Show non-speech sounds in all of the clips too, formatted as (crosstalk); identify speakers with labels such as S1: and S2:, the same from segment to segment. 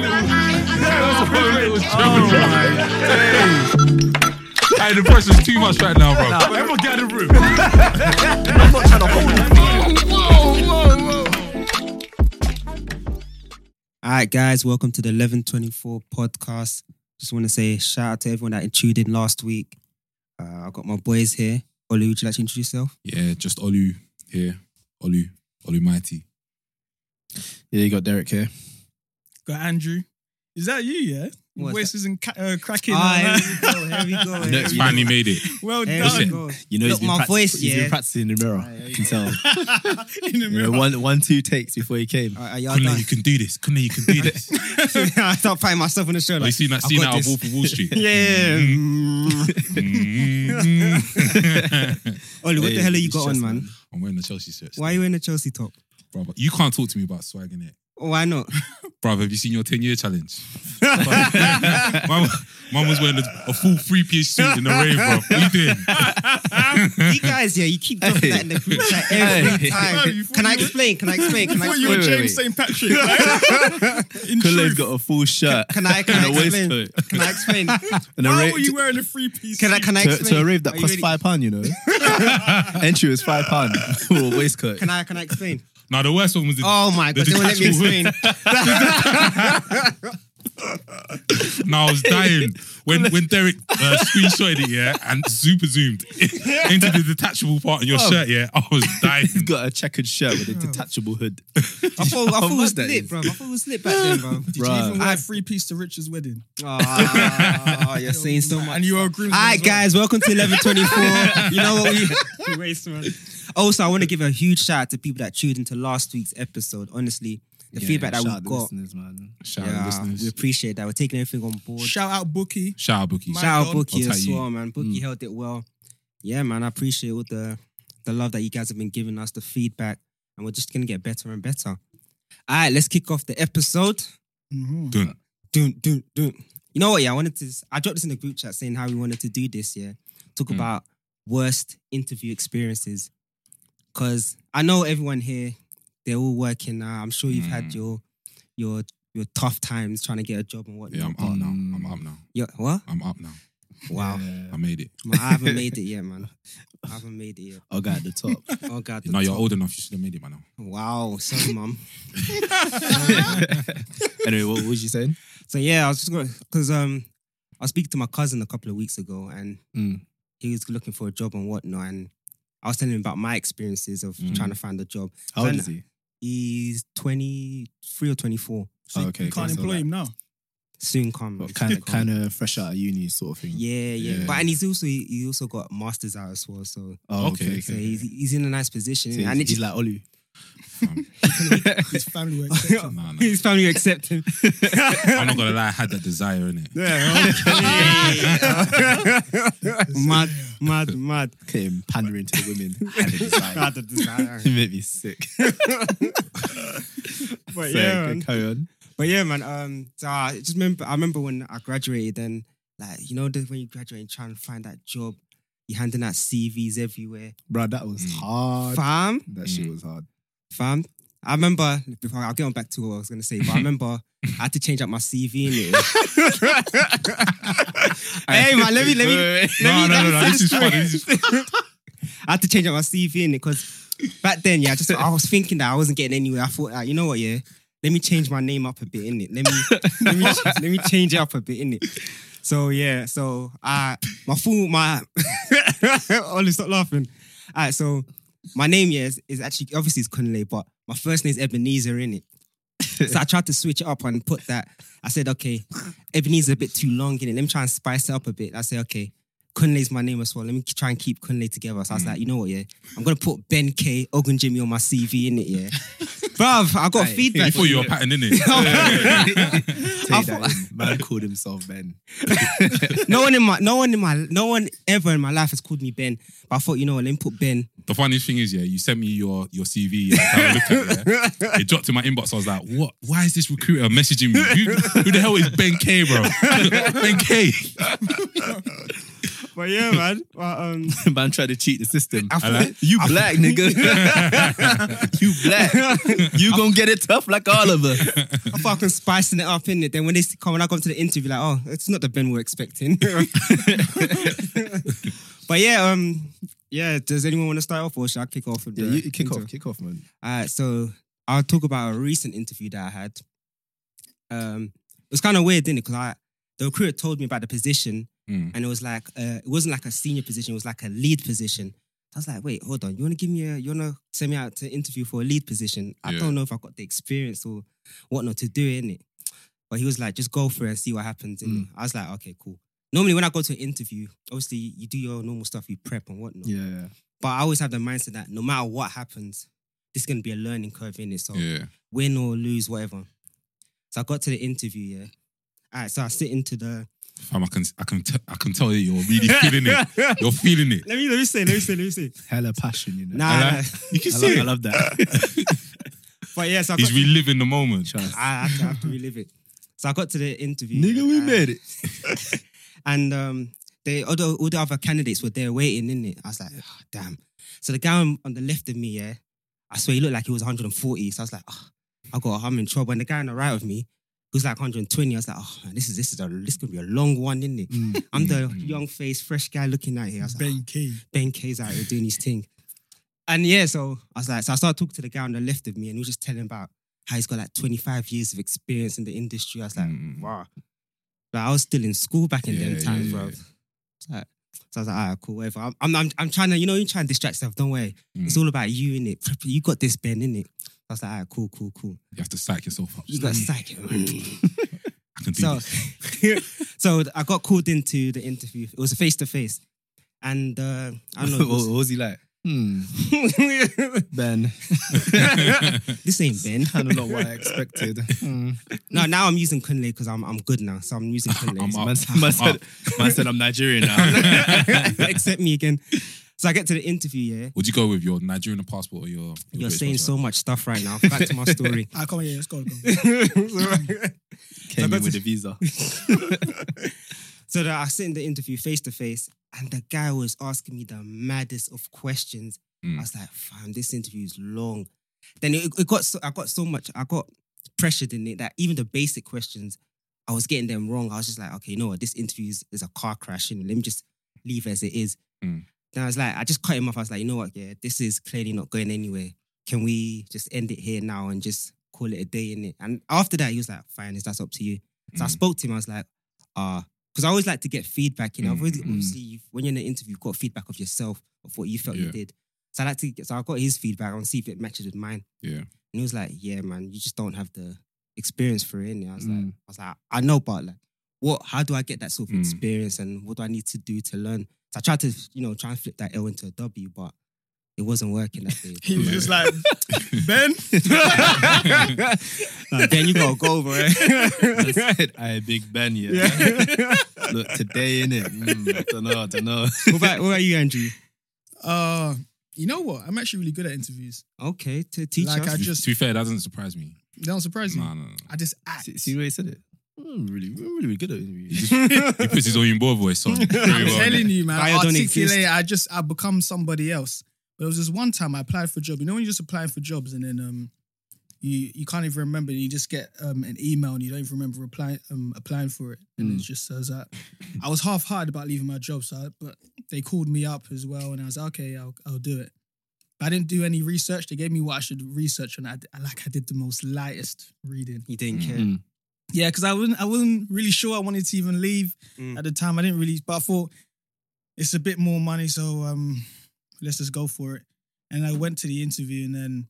S1: That's what it was jumping from. Hey, the pressure's too much right now, bro.
S2: Everyone get out of the room. I'm not trying to hold it.
S3: All right, guys, welcome to the 1124 podcast. Just want to say shout out to everyone that tuned in last week. Uh, I've got my boys here. Ollie, would you like to introduce yourself?
S1: Yeah, just Olu here. Olu. Olu Mighty.
S4: Yeah, you got Derek here.
S2: Got Andrew. Is that you, yeah? Your
S3: What's
S2: voice isn't ca- uh, cracking.
S3: Ah,
S2: man.
S3: here we go, here we go.
S4: Next
S3: here
S1: Finally made it.
S3: we
S2: well
S3: go. Here
S2: done.
S3: we
S4: Listen,
S3: go.
S4: You know, he's
S3: Look,
S4: been
S3: my
S4: practic-
S3: voice,
S4: He's
S3: yeah.
S4: been practicing in the mirror. you can
S2: (laughs)
S3: (laughs)
S4: tell.
S2: In the
S4: You know,
S2: mirror.
S4: one, one, two takes before he came.
S3: All right, are y'all
S1: Kunle,
S3: done? (laughs)
S1: you can do this. Kunle, you (laughs) can do this.
S3: I start patting myself on the shoulder.
S4: Oh,
S1: Have you seen that
S3: I've
S1: scene
S3: got
S1: out of
S3: this.
S1: Wolf of Wall Street?
S3: (laughs)
S1: (laughs)
S3: Yeah.
S1: Mm.
S3: Ollie, what
S4: Yeah,
S3: the hell are you
S4: it's
S3: got
S4: just,
S3: on, man?
S1: Mm-hmm. I'm wearing the Chelsea shirt.
S3: Why are you wearing a Chelsea top?
S1: Brother, you can't talk to me about swagging it.
S3: Why not?
S1: Brother, have you seen your 10 year (laughs) challenge? Mum mum was wearing a, a full three piece suit in the rain, bro. What you doing?
S3: you
S4: (laughs)
S3: guys, yeah, you keep dropping that in the group chat every
S4: Hey.
S2: Bro,
S3: time.
S2: you thought
S3: Can I
S2: you were-
S3: explain? Can I explain? Can I
S2: Thought (laughs) you were
S4: Wait,
S3: explain?
S4: wait,
S2: James
S4: wait.
S2: St. Patrick. like, in
S4: Kule's
S2: truth,
S4: got a full shirt
S3: Can I, can I
S4: and a
S3: explain?
S4: waistcoat.
S3: Can I
S4: (laughs)
S3: explain?
S4: And a
S2: why
S4: ra-
S2: were you wearing a three piece?
S3: Can I, can I
S4: to,
S3: explain?
S4: to a rave that
S3: Are you
S4: cost
S3: ready?
S4: five pound, you
S3: (laughs)
S4: know. Entry was five pound (laughs) for a waistcoat.
S3: Can I, can I explain?
S1: Now, the worst one was the.
S3: Oh my god,
S1: The
S3: they won't let me explain. (laughs)
S1: detachable- Now I was dying
S3: (laughs)
S1: when when Derek uh, screenshotted it, yeah, and super zoomed (laughs) into the detachable part in your
S3: Oh.
S4: Bro.
S1: shirt, yeah. I
S3: (laughs)
S1: was dying.
S4: He's got a checkered shirt with a detachable hood.
S3: I thought, I thought it was
S4: mad that
S3: lit,
S4: is.
S3: bro. I thought it was lit back then, bro.
S2: Did you even
S4: Bruh.
S2: wear a three piece to Richard's wedding?
S3: (laughs) Oh, you're saying so much.
S2: And you were a groom.
S3: All right, guys, welcome to 1124. (laughs) you know what we... Waste, man. Also, I want to give a huge shout out to people that tuned into last week's episode. Honestly, the
S4: Yeah,
S3: feedback that
S4: shout
S3: we
S4: out the
S3: got,
S4: listeners, man.
S1: Shout out,
S3: yeah, we
S1: listeners.
S3: appreciate that. We're taking everything on board.
S2: Shout out Bookie.
S1: Shout out, Bookie.
S2: My-
S3: Shout out
S2: God.
S3: Bookie
S1: I'll
S3: as
S1: tell you. Mm.
S3: well, man. Bookie held it well. Yeah, man, I appreciate all the the love that you guys have been giving us, the feedback, and we're just gonna get better and better. All right, let's kick off the episode.
S2: Mhm.
S1: Dun.
S3: Dun, dun, dun. You know what? Yeah, I wanted to. I dropped this in the group chat saying how we wanted to do this. Yeah, talk
S1: Mm.
S3: about worst interview experiences because I know everyone here. They're all working now. I'm sure you've had
S1: Mm.
S3: your your your tough times trying to get a job and whatnot.
S1: Yeah, I'm up now. I'm up now.
S3: Yeah, what?
S1: I'm up now.
S3: Wow.
S1: I
S4: Yeah.
S1: made it.
S3: Man, I haven't made it
S4: (laughs)
S3: yet, man. I haven't made it yet.
S4: Our guy at the top.
S3: (laughs)
S4: (laughs)
S3: Oh God. the
S1: Now you're
S3: top.
S1: old enough. You should have made it by now.
S3: Wow. Sorry, mum.
S4: anyway, what, what was you saying?
S3: So yeah, I was just going because um, I was speaking to my cousin a couple of weeks ago, and
S4: Mm.
S3: he was looking for a job and whatnot, and I was telling him about my experiences of
S1: Mm.
S3: trying to find a job.
S4: How old
S3: Son-
S4: is he?
S3: He's twenty three or twenty four.
S2: So
S4: Oh,
S2: you-
S4: okay,
S2: you can't
S4: okay, so
S2: employ
S4: like-
S2: him now.
S3: Soon come. soon
S4: Kind of,
S3: come.
S4: kind of fresh out of uni, sort of thing.
S3: Yeah, yeah,
S4: Yeah.
S3: But and he's also he he also got masters out as well, so
S4: Oh,
S1: Okay,
S4: okay. okay,
S3: so
S4: okay.
S3: he's he's in a nice position,
S4: So he's,
S3: and it
S4: he's
S3: just,
S4: like Olu.
S1: Um,
S3: (laughs)
S2: His family were
S4: (laughs)
S1: Nah,
S2: accepting.
S1: nah.
S3: his family accept him.
S1: I'm not gonna lie. I had that desire in it.
S3: (laughs) mad, mad, mad.
S4: Okay, him pandering to the women. (laughs) Had
S3: Had a
S4: a desire. (laughs)
S3: desire.
S4: It made me sick.
S3: But
S4: So,
S3: yeah,
S4: okay,
S3: man.
S4: carry on.
S3: But yeah, man. Um, so I just remember. I remember when I graduated. Then, like you know, that when you graduate and trying to find that job, you're handing out CVs everywhere.
S4: Bro, that was
S1: Mm.
S4: hard.
S3: Fam,
S4: That shit was (laughs) hard.
S3: fam. I remember. Before I'll get on back to what I was gonna say, but I remember I had to change up my CV. innit? hey, man. Let me. Let me.
S4: Wait, wait,
S3: Let
S1: No,
S3: me-
S1: no, no,
S3: let me
S1: no.
S3: finish
S1: This is funny. This is
S3: I had to change up my CV in it because back then, yeah, I just I was thinking that I wasn't getting anywhere. I thought, like, you know what, yeah, let me change my name up a bit in it. Let me let me let me change it up a bit in it. So yeah, so I my full my (laughs) Ollie, stop laughing. All right, so my name yeah is, is actually obviously it's Kunle, but my first name is Ebenezer in it. So I tried to switch it up and put that. I said, okay, Ebenezer's a bit too long in it. Let me try and spice it up a bit. I said, okay, Kunle's my name as well. Let me try and keep Kunle together. So I was like, you know what, yeah, I'm gonna put Ben K Ogun Jimmy on my CV in it, yeah. Bruv, I got
S4: Aye.
S3: feedback.
S1: you thought you were a pattern in
S3: (laughs)
S1: it.
S4: Tell
S3: I
S4: you that
S3: thought-
S4: man called himself Ben.
S3: no one in my, no one in my, no one ever in my life has called me Ben. But I thought, you know what, let me put Ben.
S1: The funniest thing is, yeah, you sent me your your CV. Yeah, I kinda looked at it,
S3: (laughs)
S1: yeah. It dropped in my inbox. I was like, "What? Why is this recruiter messaging (laughs)
S3: (laughs)
S1: me? Who, who the hell is Ben K, bro? ben K."
S3: But yeah, man. But, um,
S4: (laughs) Man tried to cheat the system.
S3: I
S1: like-
S4: You black (laughs) nigga. you black. You gonna get it tough like Oliver.
S3: I'm fucking spicing it up in it. Then when they s- come, when I come to the interview, like, oh, it's not the Ben we're
S4: (laughs)
S3: expecting. (laughs) but yeah, um, yeah. Does anyone want to start off, or should I kick off? With
S4: Yeah,
S3: the
S4: you, kick
S3: intro?
S4: off, kick off, man.
S3: All right, so I'll talk about a recent interview that I had. Um, it was kind of weird, didn't it? Because I the recruiter told me about the position,
S1: Mm.
S3: and it was like uh, it wasn't like a senior position; it was like a lead position. I was like, wait, hold on. You want to give me a, you want to send me out to interview for a lead position? I
S1: Yeah.
S3: don't know if I got the experience or whatnot to do in it. But he was like, just go for it and see what happens. And I was like, okay, cool. Normally, when I go to an interview, obviously you do your normal stuff, you prep and whatnot.
S4: Yeah, yeah.
S3: But I always have the mindset that no matter what happens, this is going to be a learning curve in it. So
S1: Yeah.
S3: win or lose, whatever. So I got to the interview, yeah. All right, so I sit into the.
S1: Fam, I can, I can, t- I can tell you, you're really feeling it. You're feeling it.
S3: Let me let me say, let me say, let me say.
S4: Hella passion, you
S3: (laughs)
S4: know.
S3: Nah,
S1: I
S3: nah.
S1: like- You can
S4: I,
S1: see
S4: love, I
S1: it.
S4: love (laughs) that.
S3: but yeah, so I, got,
S1: He's reliving the moment.
S4: Trust.
S3: I have to, I have to relive it. So I got to the interview,
S4: Nigga, we
S3: uh,
S4: made it.
S3: And um, they all the, all the other candidates were there waiting, in it. I was like, "Ah, damn. So the guy on on the left of me, yeah, I swear he looked like he was 140. So I was like, oh, I got I'm in trouble. And the guy on the right of me, who's like 120, I was like, oh man, this is this is a this could be a long one, isn't it? (laughs) I'm the
S1: Mm.
S3: young face, fresh guy looking at here. I was like, "Ah,
S4: K.
S3: Ben K's out here doing his thing. And yeah, so I was like, so I started talking to the guy on the left of me, and he was just telling about how he's got like 25 years of experience in the industry. I was like,
S1: Mm.
S3: wow. Like, I was still in school back in
S1: Yeah,
S3: them
S1: yeah,
S3: times,
S1: yeah,
S3: bro.
S1: yeah.
S3: It's like- so I was like, all right, cool, whatever. I'm, I'm, I'm, I'm trying to, you know, you try and distract yourself, don't worry. It's
S1: Mm.
S3: all about you, innit? You got this, Ben, innit? I was like, all right, cool, cool, cool.
S1: You have to psych yourself up. Mm-hmm.
S3: You got psychic.
S1: (laughs) I can do
S3: So, (laughs)
S1: this.
S3: so I got called into the interview. It was a face to face, and uh, I don't know.
S4: what, (laughs) what was he like? (laughs) Hmm,
S3: it was-
S4: Ben.
S1: (laughs)
S3: this ain't Ben.
S4: Kind of not what I expected. (laughs) Hmm.
S3: (laughs) No, now I'm using Kunle because I'm I'm good now. So I'm using
S1: (laughs)
S3: Kunle.
S1: I'm up.
S4: Man, said-
S3: (laughs)
S4: man said, man said, I'm Nigerian (laughs) now.
S3: Accept me again. So I get to the interview. Yeah,
S1: Would you go with your Nigerian passport or your? your
S3: you're
S1: British
S3: saying so
S1: passport?
S3: much stuff right now. Back to my story. (laughs)
S2: Ah,
S5: I come here. Let's go. bro.
S4: Came
S3: So
S4: in
S3: that's-
S4: with a (laughs) visa.
S3: So that I sit in the interview face to face, and the guy was asking me the maddest of questions.
S1: Mm.
S3: I was like, "Fam, this interview is long." Then it, it got so, I got so much I got pressured in it that even the basic questions I was getting them wrong. I was just like, "Okay, you know what? This interview is, is a car crash, and let me just leave it as it is."
S1: Mm.
S3: Then I was like, I just cut him off. I was like, "You know what? Yeah, this is clearly not going anywhere. Can we just end it here now and just call it a day in it?" And after that, he was like, "Fine, if that's up to you." So I
S1: Mm.
S3: spoke to him. I was like, "Ah." because I always like to get feedback. You know, I've always,
S1: Mm, mm.
S3: obviously you've, when you're in an interview, you've got feedback of yourself of what you felt
S1: Yeah.
S3: you did. So I like to, get, so I got his feedback and see if it matches with mine.
S1: Yeah.
S3: and he was like, "Yeah, man, you just don't have the experience for it." And I was like,
S4: Mm.
S3: "I was like, I know, but like, what? How do I get that sort of
S1: Mm.
S3: experience, and what do I need to do to learn?" So I tried to, you know, try and flip that L into a W, but it wasn't working
S1: (laughs)
S3: that day.
S5: He was
S1: Yeah.
S5: just like Ben.
S3: Like, then you gotta go,
S1: (laughs)
S3: bro.
S4: I said, I Big Ben, yeah. Look, today, innit? Mm, I don't know, I don't know.
S3: what, about, what about you, Andrew?
S5: Uh, you know what? I'm actually really good at interviews.
S3: Okay, to teach
S5: Like
S3: us.
S5: I
S1: To be-
S5: just-
S1: to be fair, that doesn't surprise me.
S5: They don't surprise you.
S1: No, no, no.
S5: I just act.
S4: See, see the way he said it? Mm, really, really, really good at (laughs) interviews.
S1: He puts his own boy voice on.
S5: I'm
S1: Very well.
S5: telling you, man.
S3: Fire
S5: I
S3: don't
S5: articulate.
S3: exist.
S5: I just I become somebody else. But it was this one time I applied for a job. You know when you're just applying for jobs and then um you you can't even remember. You just get um an email and you don't even remember applying um applying for it. And
S3: Mm.
S5: it just says that I was half hearted about leaving my job, so I, but they called me up as well, and I was like, okay, I'll I'll do it. But I didn't do any research. They gave me what I should research, and I, d- I- like I did the most lightest reading.
S3: you didn't care.
S4: Mm.
S5: Yeah, because I wasn't I wasn't really sure I wanted to even leave
S3: Mm.
S5: at the time. I didn't really, but I thought it's a bit more money, so um, let's just go for it. And I went to the interview, and then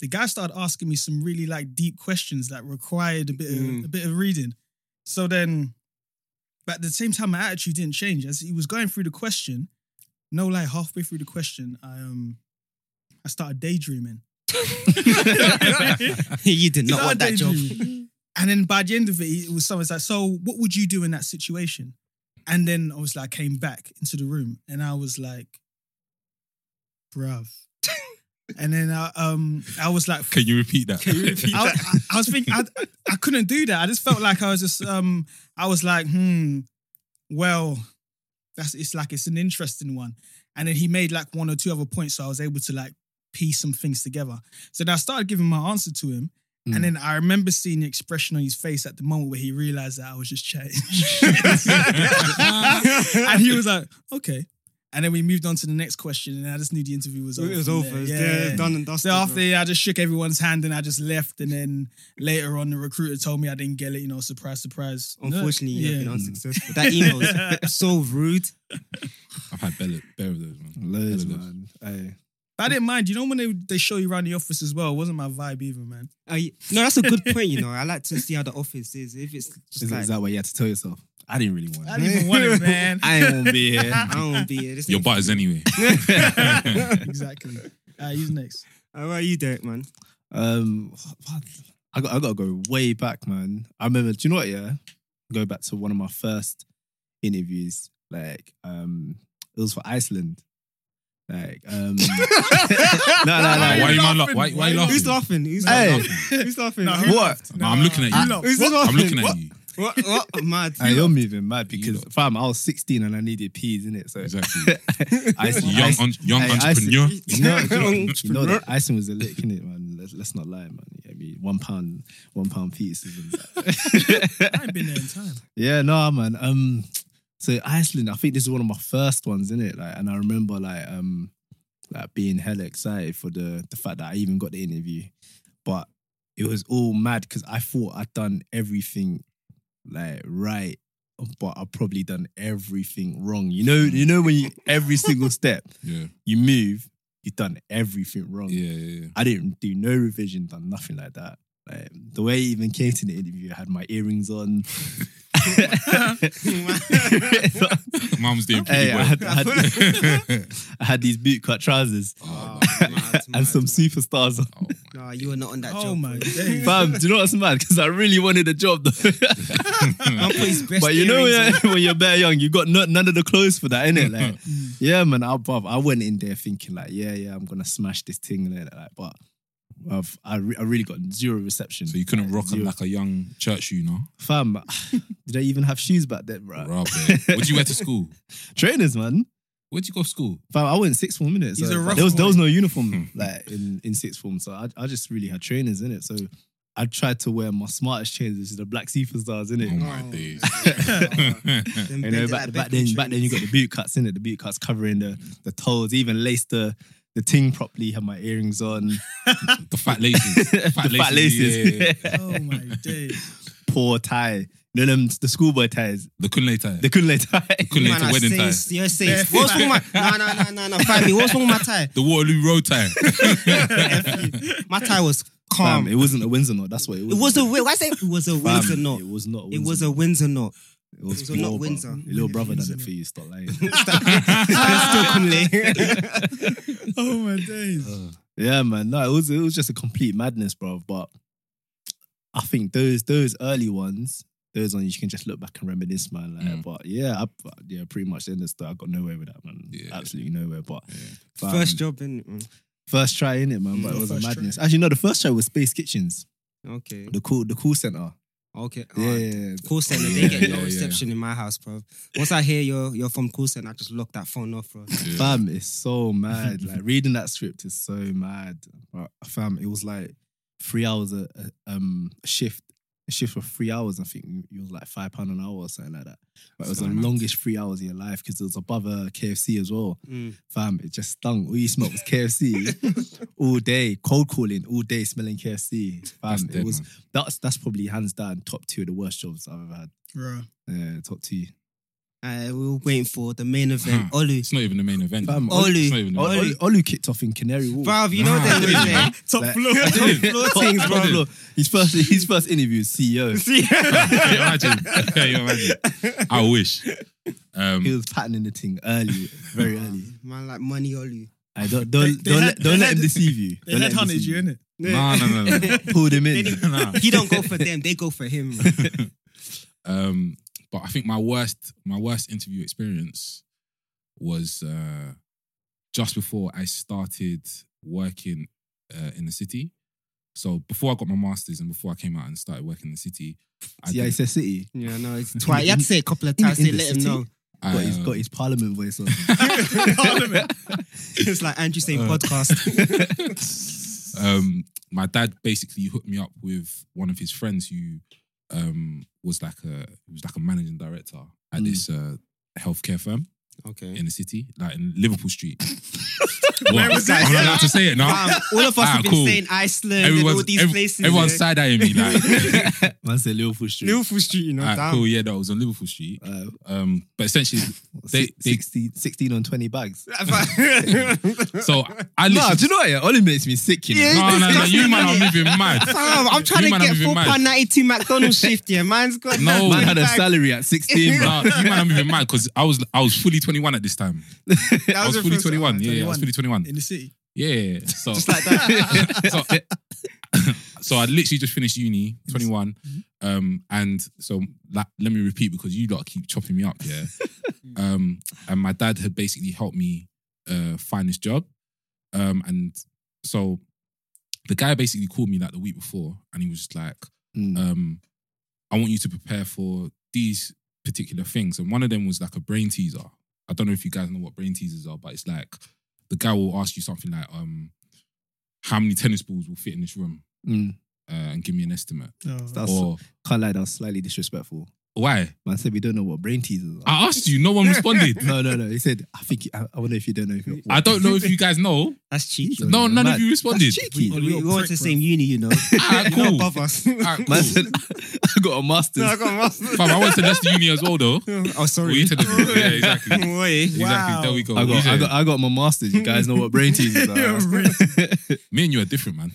S5: the guy started asking me some really like deep questions that required a bit of,
S3: Mm.
S5: a bit of reading. So then, but at the same time, my attitude didn't change as he was going through the question. No lie, halfway through the question, I um, I started daydreaming. (laughs)
S3: (laughs) you did not
S5: Started
S3: want that job.
S5: daydreaming. (laughs) And then by the end of it, it was someone's like, "So, what would you do in that situation?" And then obviously, I came back into the room, and I was like, "Bruv." (laughs) and then I, um, I was like,
S1: Can you repeat that? Can you
S3: (laughs)
S1: (laughs) repeat
S5: I, I, I was thinking, I, I couldn't do that. I just felt like I was just, um, I was like, hmm, well, That's it's like it's an interesting one. And then he made like one or two other points, so I was able to like piece some things together. So then I started giving my answer to him.
S4: Mm.
S5: And
S3: Hmm.
S5: then I remember seeing the expression on his face at the moment where he realized that I was just
S3: (laughs)
S5: chatting. and he was like, okay. And then we moved on to the next question, and I just knew the interview was over.
S3: It was
S5: from
S3: over.
S5: there.
S3: It's
S5: Yeah,
S3: there,
S5: yeah.
S3: done and dusted.
S5: So after
S3: bro.
S5: I just shook everyone's hand and I just left. And then later on, the recruiter told me I didn't get it. You know, surprise, surprise.
S3: Unfortunately,
S5: No,
S3: you've been unsuccessful. That
S5: (laughs)
S3: email is (laughs) so rude.
S1: I've had better, better of those, man.
S4: Loads,
S1: Hell of
S4: man. Aye.
S5: But I didn't mind. You know, when they, they show you around the office as well, it wasn't my vibe either, man.
S3: I- no, that's a good point. You know, I like to see how the office is. If it's just
S4: Is,
S3: like
S4: is that what you had to tell yourself? I didn't really want
S5: I
S4: it.
S5: didn't even want
S1: (laughs)
S5: it, man.
S4: (laughs) I ain't gonna be here.
S3: I don't wanna be here. This
S1: Your
S3: ain't-
S1: butters anyway.
S4: (laughs)
S1: (laughs)
S5: exactly. Uh, he's next.
S3: How are you, Derek? Man,
S4: Um, what? I got I got to go way back, man. I remember. Do you know what? Yeah, go back to one of my first interviews. Like, um, it was for Iceland. Like,
S1: (laughs)
S4: um, no, no,
S1: Why
S4: no.
S1: are you man laugh-
S5: laughing?
S1: why- why you
S5: Why-
S1: laughing?
S3: who's laughing? Who's
S4: Hey.
S3: laughing? Who's laughing?
S5: No,
S3: Who-
S4: What?
S1: Nah, I'm looking at you.
S5: laugh.
S3: Who's
S1: I'm
S3: laughing?
S1: looking at
S3: What?
S1: you.
S3: What? What? Mad.
S4: (laughs) I, you're moving mad
S1: You
S4: because,
S1: lot.
S4: fam, I was 16 and I needed peas in it. So,
S1: Exactly.
S4: (laughs) Iceland,
S1: Young,
S4: Iceland-
S1: un- young
S4: Hey, I see.
S1: entrepreneur.
S4: (laughs) You
S1: (laughs)
S3: (laughs)
S4: know, you know-
S3: Young
S4: you know that Iceland was a lick in it, man. Let's, let's not lie, man. You get me? One pound, one pound pieces.
S1: (laughs)
S4: And (laughs)
S5: I ain't been there in time.
S4: Yeah, no, man. Um, so Iceland, I think this is one of my first ones, isn't it? Like, and I remember like um, like being hella excited for the the fact that I even got the interview, but it was all mad because I thought I'd done everything like right, but I probably done everything wrong. You know, you know when you every single step
S1: Yeah,
S4: you move, you've done everything wrong.
S1: yeah, yeah. yeah.
S4: I didn't do no revision, done nothing like that. Like the way I even came to the interview, I had my earrings on. (laughs)
S1: Mum's doing pretty
S4: hey, I
S1: well.
S4: had, I, had,
S1: (laughs)
S4: I had these bootcut trousers
S1: oh,
S4: and some superstars. on.
S1: oh,
S3: No, you were not on that
S5: Oh
S3: job.
S5: my
S3: bro.
S5: days.
S3: (laughs)
S4: Fam, do you know what's mad? Because I really wanted a job though.
S3: Man
S1: Oh.
S4: (laughs)
S3: put his best
S4: but you know
S3: earrings in.
S4: when, when you're bare young, you got not, none of the clothes for that, innit? Like, yeah, man, I, bruv, I went in there thinking like, yeah, yeah, I'm gonna smash this thing, and like, but bruv, I, re- I really got zero reception.
S1: (laughs) So you couldn't
S4: Like,
S1: rock 'em
S4: zero.
S1: like a young church you
S4: Fam, (laughs) did I even have shoes back then, bro?
S1: Rub it. What'd you wear to school?
S4: Trainers, man.
S1: Where'd you go to
S4: (laughs)
S1: school?
S4: Fam, I went six form minutes.
S5: He's
S4: so
S5: a rough
S4: there was there was
S5: boy.
S4: no uniform like in in sixth form, so I, I just really had trainers in it. So I tried to wear my smartest chains, which is the black superstars in
S1: Oh
S4: it.
S1: my
S3: Oh.
S4: (laughs)
S1: days.
S3: (laughs)
S1: (laughs)
S3: Them
S4: You know,
S3: bent
S4: back,
S3: at
S4: back
S3: Beckham
S4: then, back then you got
S3: trainers.
S4: the boot cuts in it. The boot cuts covering the the toes, even laced the the ting properly. Had my earrings
S3: (laughs)
S4: on,
S1: the fat laces.
S4: the fat laces,
S1: yeah, yeah.
S5: Oh my days.
S4: poor tie. You know them the schoolboy ties,
S1: The kunle tie.
S4: the kunle (laughs) tie.
S1: Kunle
S3: Man,
S1: to
S3: I
S1: wedding
S3: say
S1: tie.
S3: it's- You're safe. What's wrong with my? No, no, no, no, no. Find me. What's wrong with my tie?
S1: The Waterloo Road
S4: (laughs)
S1: tie.
S3: F you. my tie was calm.
S4: Fam, it wasn't a Windsor knot. That's what it
S3: It
S4: was.
S3: was a win- why say it was a
S4: Fam,
S3: Windsor knot.
S4: It was not.
S3: It was
S4: Windsor
S3: a Windsor knot.
S4: It was,
S3: It was not
S4: pure, bro.
S3: Windsor.
S4: Your little brother done
S5: Windsor.
S4: it for you. Stop
S5: (laughs)
S4: lying.
S5: Oh my days.
S1: Uh,
S4: yeah, man. No, it was it was just a complete madness, bro. But I think those those early ones, those ones you can just look back and reminisce, man. Like,
S1: Mm.
S4: But yeah, I, yeah, pretty much the end of the story. I got nowhere with that, man.
S1: Yeah.
S4: Absolutely nowhere. But fam,
S3: First job in mm,
S4: first try in it, man. But
S5: Mm.
S4: it was a
S5: First try.
S4: madness. Actually, no, the first try was Space Kitchens,
S3: Okay.
S4: the cool the call center.
S3: Okay.
S4: Yeah,
S3: Yeah.
S4: yeah, yeah.
S3: Call center,
S1: Yeah,
S3: they get no
S1: yeah, yeah.
S3: reception in my house, bro. Once I hear you're you're from call center, I just lock that phone off, bro.
S1: Yeah.
S4: Fam, it's so
S1: (laughs)
S4: mad. like reading that script is so mad. But, Fam, it was like three hours a, a um a shift. A shift for three hours, I think it was like five pound an hour or something like that. But it was the
S1: So mad.
S4: longest three hours of your life because it was above uh, a KFC as well.
S3: Mm.
S4: Fam, it just stunk. All you smelled was
S1: (laughs)
S4: KFC all day, cold calling all day, smelling KFC.
S1: That's
S4: Fam,
S1: dead,
S4: it was
S1: man.
S4: that's that's probably hands down top two of the worst jobs I've ever had.
S5: Bro.
S4: Yeah, top two.
S3: Uh, we were waiting for the main event.
S4: Hmm.
S3: Olu.
S1: It's not even the main event.
S4: Fam,
S1: It's
S3: Olu.
S1: not even the main
S4: Olu,
S1: event.
S4: Olu kicked off in Canary Wharf.
S3: Bro, you know
S1: Nah.
S3: them
S1: Didn't
S3: women.
S4: (laughs)
S3: (laughs)
S5: Top
S4: Like-
S5: floor.
S4: Top (laughs) things,
S1: Top
S4: bro.
S1: floor.
S4: His first, his first interview E is CEO.
S1: (laughs)
S3: See?
S1: Can you
S4: (laughs)
S1: imagine? Can you imagine? I wish.
S4: He
S1: Um,
S4: was patterning the thing early, very early.
S3: Man, like money Olu.
S4: I don't, don't,
S5: They- they
S4: don't,
S5: had-
S4: let, don't
S5: they
S4: let him
S5: had-
S4: deceive you.
S5: They
S4: Don't let him
S5: headhunted
S4: deceive
S5: you, innit?
S1: no, no, no,
S4: (laughs)
S1: no.
S4: you. Pulled him
S3: They
S4: in.
S3: didn't- (laughs) He don't go for them, they go for him. bro.
S1: Um, but I think my worst my worst interview experience was uh, just before I started working uh, in the city. So before I got my masters and before I came out and started working in the city, I
S4: See, I
S1: did-
S4: said City.
S1: (laughs)
S3: Yeah, no, it's twice. You had to say it a couple of times.
S4: in
S3: They
S4: the
S3: let him
S4: city?
S3: know.
S1: I,
S4: Got his,
S1: uh,
S4: got his parliament
S5: (laughs)
S4: voice on.
S3: it's like Andrew saying
S1: Uh. (laughs)
S3: podcast.
S1: um, my dad basically hooked me up with one of his friends who um, was like a he was like a managing director at
S4: Mm.
S1: this uh, healthcare firm
S3: Okay.
S1: in the city, like in Liverpool
S4: (laughs)
S1: Street. Where
S3: was that?
S1: I'm not allowed to say it now.
S3: Fam, all of us
S1: Ah,
S3: have been
S1: cool.
S3: saying Iceland and all these
S1: ev-
S3: places.
S1: everyone's
S3: yeah.
S1: side eyeing me.
S3: (laughs)
S1: Like,
S4: Man said Liverpool Street.
S3: Liverpool Street, you know.
S1: Alright,
S3: damn.
S1: cool, yeah, that was on Liverpool Street.
S4: Uh,
S1: Um, but essentially, They-
S4: they,
S1: they-
S4: 16, 16 on 20 bags.
S5: Uh,
S3: (laughs)
S1: so I
S4: Nah,
S1: literally.
S4: do you know what? It only makes me sick, you know.
S3: Yeah,
S1: No, no, no, you man are
S3: (laughs)
S1: moving mad.
S3: Fam, I'm trying
S1: You
S3: to
S1: man are
S3: get
S1: moving
S3: four
S1: mad.
S3: pound ninety
S1: (laughs)
S3: McDonald's shift. Yeah, mine's got
S1: No.
S4: Man had a
S3: That
S4: salary at 16,
S5: (laughs)
S4: bro.
S1: No, you might not even mad because I was I was fully 21 at this time. I was
S3: your
S1: fully
S3: first-
S1: 21. Yeah, yeah, I was
S5: 21.
S1: fully 21.
S5: in the city.
S1: Yeah. So
S3: Just like that.
S1: so, (laughs) so (coughs) I literally just finished uni, 21. Um, and so like, let me repeat because you lot keep chopping me up,
S3: (laughs)
S1: yeah. um, and my dad had basically helped me uh, find this job. Um, and so the guy basically called me like the week before and he was just like,
S4: Mm.
S1: um, I want you to prepare for these particular things. And one of them was like a brain teaser. I don't know if you guys know what brain teasers are, but it's like the guy will ask you something like, um, how many tennis balls will fit in this room?
S4: Mm.
S1: Uh, and give me an estimate.
S5: Oh,
S4: That's,
S1: or
S4: can't lie, that was slightly disrespectful.
S1: why?
S4: Man said we don't know what brain teasers are.
S1: I asked you, no one
S4: (laughs)
S1: responded.
S4: no, no, no. He said, I think, I, I wonder if you don't know. If you're,
S1: I don't know if you guys know.
S3: That's cheeky.
S4: You're
S1: No, none
S4: mad.
S1: of you responded.
S4: (laughs) That's cheeky.
S3: We,
S5: Well,
S3: we,
S5: you're a
S3: went to
S5: prick,
S3: the
S5: bro.
S3: same uni, you know.
S1: Ah,
S3: (laughs) You're
S1: cool.
S3: above
S1: (laughs)
S3: us.
S1: Ah, cool.
S4: Man said, I got
S1: (laughs)
S4: a master's.
S3: (laughs) No, I got master.
S1: Fam, I went to Leicester Uni as well, though.
S3: (laughs) Oh, sorry.
S1: (laughs) What you
S4: (laughs)
S1: said about- yeah, exactly.
S3: (laughs) Oi.
S1: Exactly. There we go.
S4: I
S1: You
S4: got, I
S1: said-
S4: got, I got my masters. You guys know what
S3: (laughs)
S4: brain teasers are.
S5: Yeah,
S4: (laughs)
S5: really.
S1: Me and you are different, man.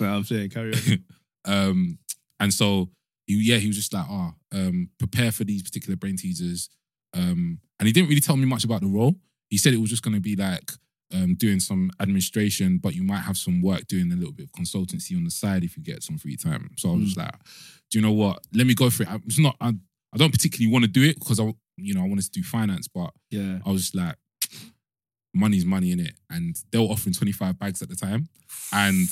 S4: Nah, I'm saying, carry on.
S1: Um, and so, he, yeah, he was just like, ah, um, prepare for these particular brain teasers. Um, and he didn't really tell me much about the role. He said it was just going to be like um, doing some administration, but you might have some work doing a little bit of consultancy on the side if you get some free time. So I was just like, do you know what? Let me go for it. I, it's not, I, I don't particularly want to do it because I, you know, I wanted to do finance, but
S4: Yeah.
S1: I was just like, money's money in it. And they were offering 25 bags at the time. And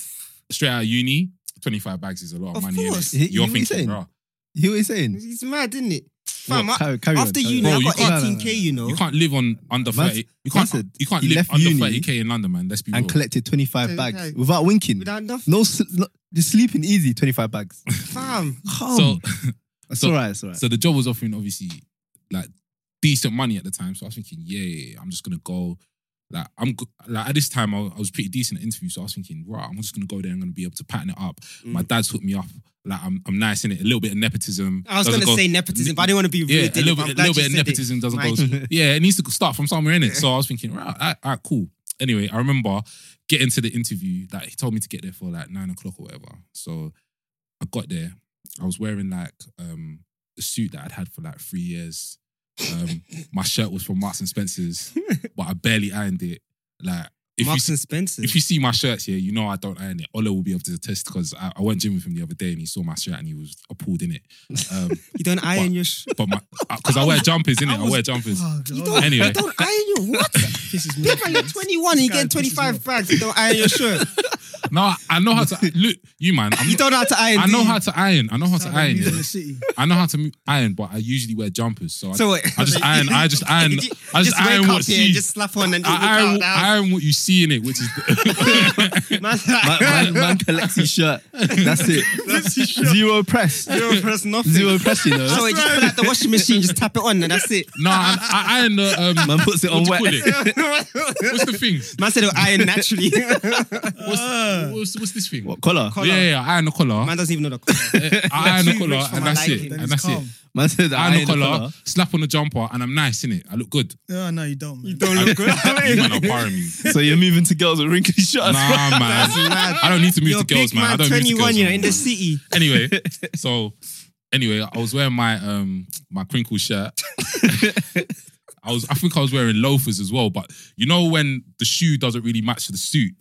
S1: straight out of uni, 25 bags is a lot of,
S3: Of
S1: money in
S3: course.
S1: it.
S4: You- you
S1: You're
S4: know what
S1: thinking,
S4: I'm saying?
S1: bro,
S4: You know what he's saying?
S3: He's mad, isn't it?
S1: What?
S3: Fam, I-
S4: Carry, carry
S3: after
S4: on, carry
S3: uni,
S1: Bro,
S4: on.
S3: I
S1: you
S3: got
S4: can't-
S3: 18k, you know.
S1: you can't live on under
S4: Man
S1: 30. You can't,
S4: said
S1: you can't
S4: he
S1: live
S4: left
S1: under
S4: uni
S1: 30K in London, man. Let's be real.
S4: And collected 25 bags
S3: Okay.
S4: without winking.
S3: Without nothing.
S4: No, sl- no, just sleeping easy, 25 bags.
S3: Fam.
S4: Calm.
S1: so,
S4: it's
S1: so-
S4: all right, it's all
S1: (laughs)
S4: right.
S1: so the job was offering, obviously, like decent money at the time. So I was thinking, yeah, yeah, yeah, I'm just going to go. Like I'm go- like at this time I was, I was pretty decent at interviews, so I was thinking, right, I'm just gonna go there. I'm gonna be able to pattern it up. My dad's hooked me up. Like I'm, I'm nice in it. A little bit of nepotism.
S3: I was
S1: Doesn't
S3: going to
S1: go-
S3: say nepotism, but I didn't want to be rude.
S1: yeah, a
S3: innit?
S1: little
S3: But I'm
S1: bit, a
S3: glad
S1: little
S3: you
S1: bit of
S3: said it.
S1: nepotism doesn't
S3: Right. (laughs)
S1: go. Yeah, it needs to start from somewhere in it. So I was thinking, right, all right, cool. Anyway, I remember getting to the interview. Like he told me to get there for like nine o'clock or whatever. So I got there. I was wearing like um a suit that I'd had for like three years.
S3: (laughs)
S1: Um, my shirt was from Marks and Spencers, but I barely ironed it. Like if you
S3: Marks
S1: see,
S3: and Spencer.
S1: if you see my shirts here, you know I don't iron it. Ola will be able to attest because I, I went gym with him the other day and he saw my shirt and he was appalled in it. Um,
S3: You don't iron your. Sh-
S1: but my because I wear jumpers, in it. I wear jumpers.
S5: Oh,
S3: you
S5: God.
S3: don't.
S1: Anyway.
S3: You don't iron
S1: (laughs)
S3: your what?
S5: This is
S3: Yeah, man, you're
S5: madness.
S3: 21 and you
S5: This guy
S3: get
S5: pisses me
S3: 25
S5: off.
S3: bags. You don't iron your shirt.
S1: No, I- I know how to look. You man, I'm,
S3: You don't know how to iron.
S1: I know
S3: do you?
S1: how to iron. I know how to
S5: Sound like
S1: iron.
S5: music in
S1: yeah.
S5: the
S1: (laughs)
S5: city.
S1: I know how to mu- iron, but I usually wear jumpers. So,
S3: So
S1: I,
S3: wait.
S1: I just iron. I
S3: (laughs)
S1: just iron.
S3: You
S1: I just, iron
S3: wake
S1: what
S3: up here,
S1: see.
S3: and just slap on and just
S1: I iron,
S3: look
S1: I
S3: (laughs) out
S1: iron what you see in it, which is
S3: now. Man,
S4: man,
S1: (laughs)
S4: man, man collects his shirt. That's it. Zero press.
S3: (laughs) Zero press nothing.
S4: Zero press, you know.
S3: So wait, just pull out the washing machine, just tap it on,
S1: (laughs)
S3: and that's it.
S1: no. I, I iron the um.
S4: Man puts it on
S1: What do you
S4: wet.
S1: call it? What's the thing?
S3: Man said it'll iron naturally. (laughs)
S1: What's, what's, what's this thing?
S4: What, collar?
S3: Collar.
S1: Yeah, yeah, yeah, I iron the collar. Eh,
S3: Man doesn't even know the colour. (laughs)
S1: I iron the
S3: too
S1: collar,
S3: rich for
S1: and
S3: my
S1: that's it.
S3: liking.
S5: Then
S1: And
S5: it's
S1: that's it.
S5: calm.
S4: Man said, I
S1: Iron the
S4: ain't a
S1: collar,
S4: collar.
S1: slap on the jumper, and I'm nice in it. I look good.
S5: Oh, no, you don't, man.
S3: Don't look good.
S1: (laughs) You man
S3: (laughs)
S1: are powering me.
S4: So you're moving to girls with
S1: (laughs)
S4: wrinkly shirts.
S1: Nah, man.
S3: mad.
S1: I don't need to move
S3: You're
S1: to girls,
S3: big
S1: man. I
S3: man,
S1: don't move to
S3: 21,
S1: girls.
S3: you
S1: no
S3: know, in
S1: more.
S3: the city.
S1: anyway,
S3: (laughs)
S1: so anyway, I was wearing my um my crinkle
S3: (laughs)
S1: shirt. I was I think I was wearing loafers as well, but you know when the shoe doesn't really match the suit.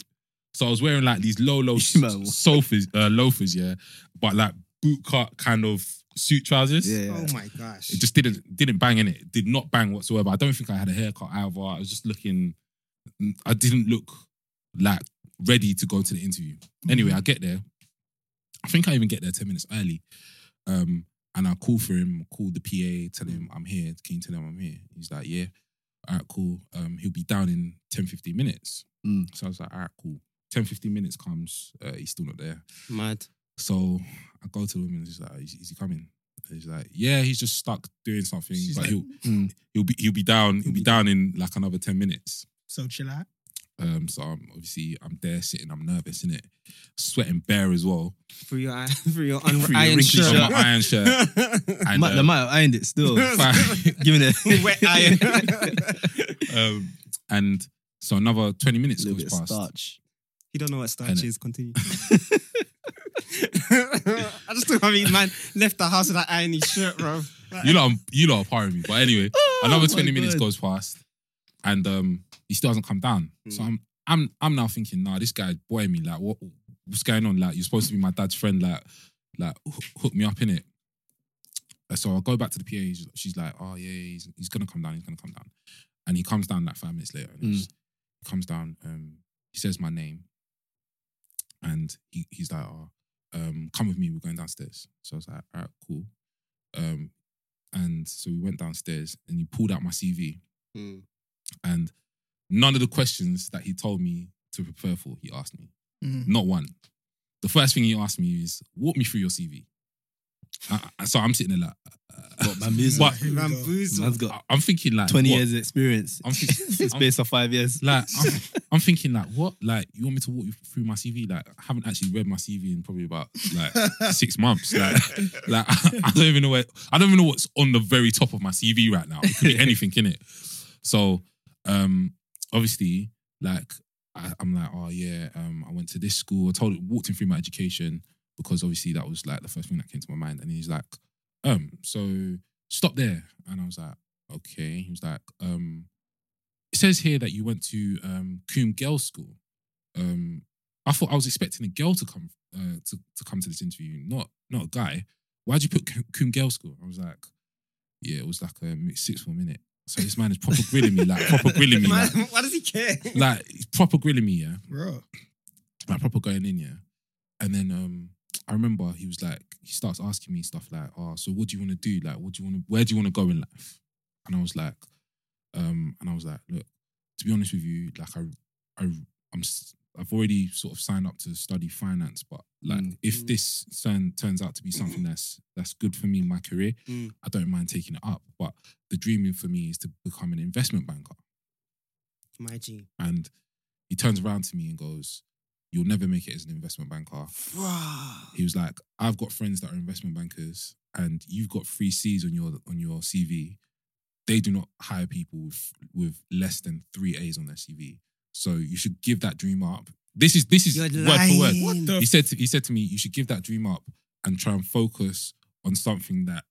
S1: So I was wearing like these low
S3: (laughs)
S1: low s-
S4: Man.
S1: sofas uh, loafers, yeah, but like boot cut kind of suit trousers.
S4: Yeah.
S3: Oh my gosh.
S1: It just didn't didn't bang in it. Did not bang whatsoever. I don't think I had a haircut either. I was just looking. I didn't look like ready to go to the interview. Anyway, I get there. I think I even get there ten minutes early. Um, And I call for him, call the PA, tell him I'm here. Can you tell him I'm here? He's like, yeah. All right, cool. Um, he'll be down in 10, 15 minutes.
S4: Mm.
S1: So I was like, all right, cool. 10, 15 minutes comes. Uh, he's still not there.
S3: Mad.
S1: So I go to the woman. She's like, is, is he coming? And He's like, yeah, he's just stuck doing something,
S5: She's
S1: but
S5: like-
S1: he'll
S4: Mm.
S1: he'll be he'll be down he'll be down in like another ten minutes.
S5: So chill out.
S1: Um, so I'm obviously I'm there sitting, I'm nervous in it, sweating bare as well.
S3: For your eye- (laughs) for your un-
S1: Through your
S3: iron
S1: wrinkles
S3: shirt.
S1: on my iron shirt.
S3: (laughs)
S1: And,
S4: Might- they
S1: um,
S4: might have ironed it
S1: (laughs)
S4: still.
S1: fine.
S4: Giving
S1: (laughs)
S4: it
S3: Wet iron. (laughs)
S4: (laughs)
S1: Um, and so another twenty minutes
S4: little
S1: goes
S4: bit of
S1: past.
S4: starch.
S3: you don't know what starch
S1: Innit?
S3: is. Continue. (laughs) I just don't have his man left the house with that irony shirt, bro.
S1: You lot, you lot are powering me. But anyway,
S4: my
S1: another twenty minutes
S4: God.
S1: goes past, and um, he still hasn't come down. So
S3: Mm.
S1: I'm, I'm, I'm now thinking, nah, this guy's boying me. Like, what, what's going on? Like, you're supposed to be my dad's friend. Like, like hook, hook me up in it. So I go back to the PA. She's, she's like, oh yeah, yeah, he's, he's gonna come down. He's gonna come down. And he comes down like five minutes later. And
S4: Mm.
S1: he's- he comes down. Um, he says my name, and he, he's like, oh, um, come with me. We're going downstairs. So I was like, all right, cool. Um, and so we went downstairs, and he pulled out my CV
S3: Mm.
S1: and none of the questions that he told me to prepare for, he asked me.
S5: Mhm.
S1: Not one. The first thing he asked me is, "Walk me through your CV." I- I- so I'm sitting there like, uh,
S4: But my music.
S1: But-
S5: Here we go.
S4: Man's
S3: Bamboozled.
S1: I-
S4: got
S1: I'm thinking like
S4: 20
S1: what?
S4: years experience. (laughs)
S1: I'm thinking- I'm-
S4: Space of five years.
S1: Like I'm, I'm thinking like, what? Like you want me to walk you through my CV? Like I haven't actually read my CV in probably about like six months. Like, like (laughs) I, don't even know where, I don't even know what's on the very top of my CV right now. It could be anything in it. So, um, obviously, like I, I'm like, oh yeah, um, I went to this school. I told, walked him through my education because obviously that was like the first thing that came to my mind. And he's like, um, so stop there. And I was like, okay. He was like, um, it says here that you went to um, Coombe Girls School. Um, I thought I was expecting a girl to come uh, to, to come to this interview, not not a guy. Why'd you put Co- Coombe Girls School? I was like, yeah, it was like a mixed six form minute. So this man is proper grilling me, like proper grilling me,
S3: (laughs)
S1: like,
S3: Man, Why does he care?
S1: like he's proper grilling me, yeah
S5: Bro.
S1: like proper going in, yeah. And then um, I remember he was like, he starts asking me stuff like, "Oh, so what do you want to do? Like, what do you want to? Where do you want to go in life?" And I was like, um, and I was like, look, to be honest with you, like I, I, I'm, s- I've already sort of signed up to study finance, but like
S4: Mm.
S1: if this turn, turns out to be something that's that's good for me in my career,
S3: Mm.
S1: I don't mind taking it up. But the dream for me is to become an investment banker.
S3: My G.
S1: And he turns around to me and goes, "You'll never make it as an investment banker." He was like, "I've got friends that are investment bankers, and you've got three C's on your on your CV. They do not hire people with, with less than three A's on their CV. So you should give that dream up. This is this is
S3: You're
S1: word
S3: lying.
S1: for word.
S3: What the
S1: he said to, he said to me, you should give that dream up and try and focus on something that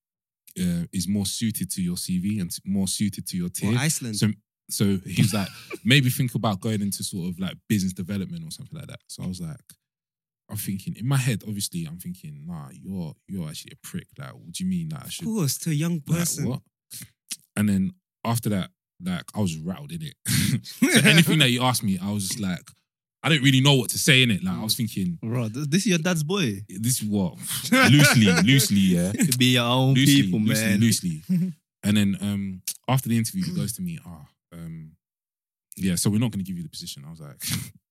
S1: uh, is more suited to your CV and more suited to your tier.
S3: Or Iceland.
S1: So, so he was like, (laughs) maybe think about going into sort of like business development or something like that. So I was like, I'm thinking in my head, obviously, I'm thinking, nah, you're you're actually a prick. Like, what do you mean? Like, I
S3: of
S1: should
S3: course, to a
S5: (laughs)
S3: young
S1: like,
S3: person.
S1: what? And then after that, like, I was rattled in it. (laughs) so
S3: (laughs)
S1: anything that you asked me, I was just like, I didn't really know what to say in it. Like, I
S3: Mm.
S1: was thinking,
S4: Bro, th- this is your dad's boy.
S1: this is what loosely, loosely, yeah
S4: It'd be your own
S1: loosely,
S4: people,
S1: loosely,
S4: man. (laughs)
S1: Loosely. and then um, after the interview, he goes to me, ah, um, yeah, so we're not going to give you the position. I was like,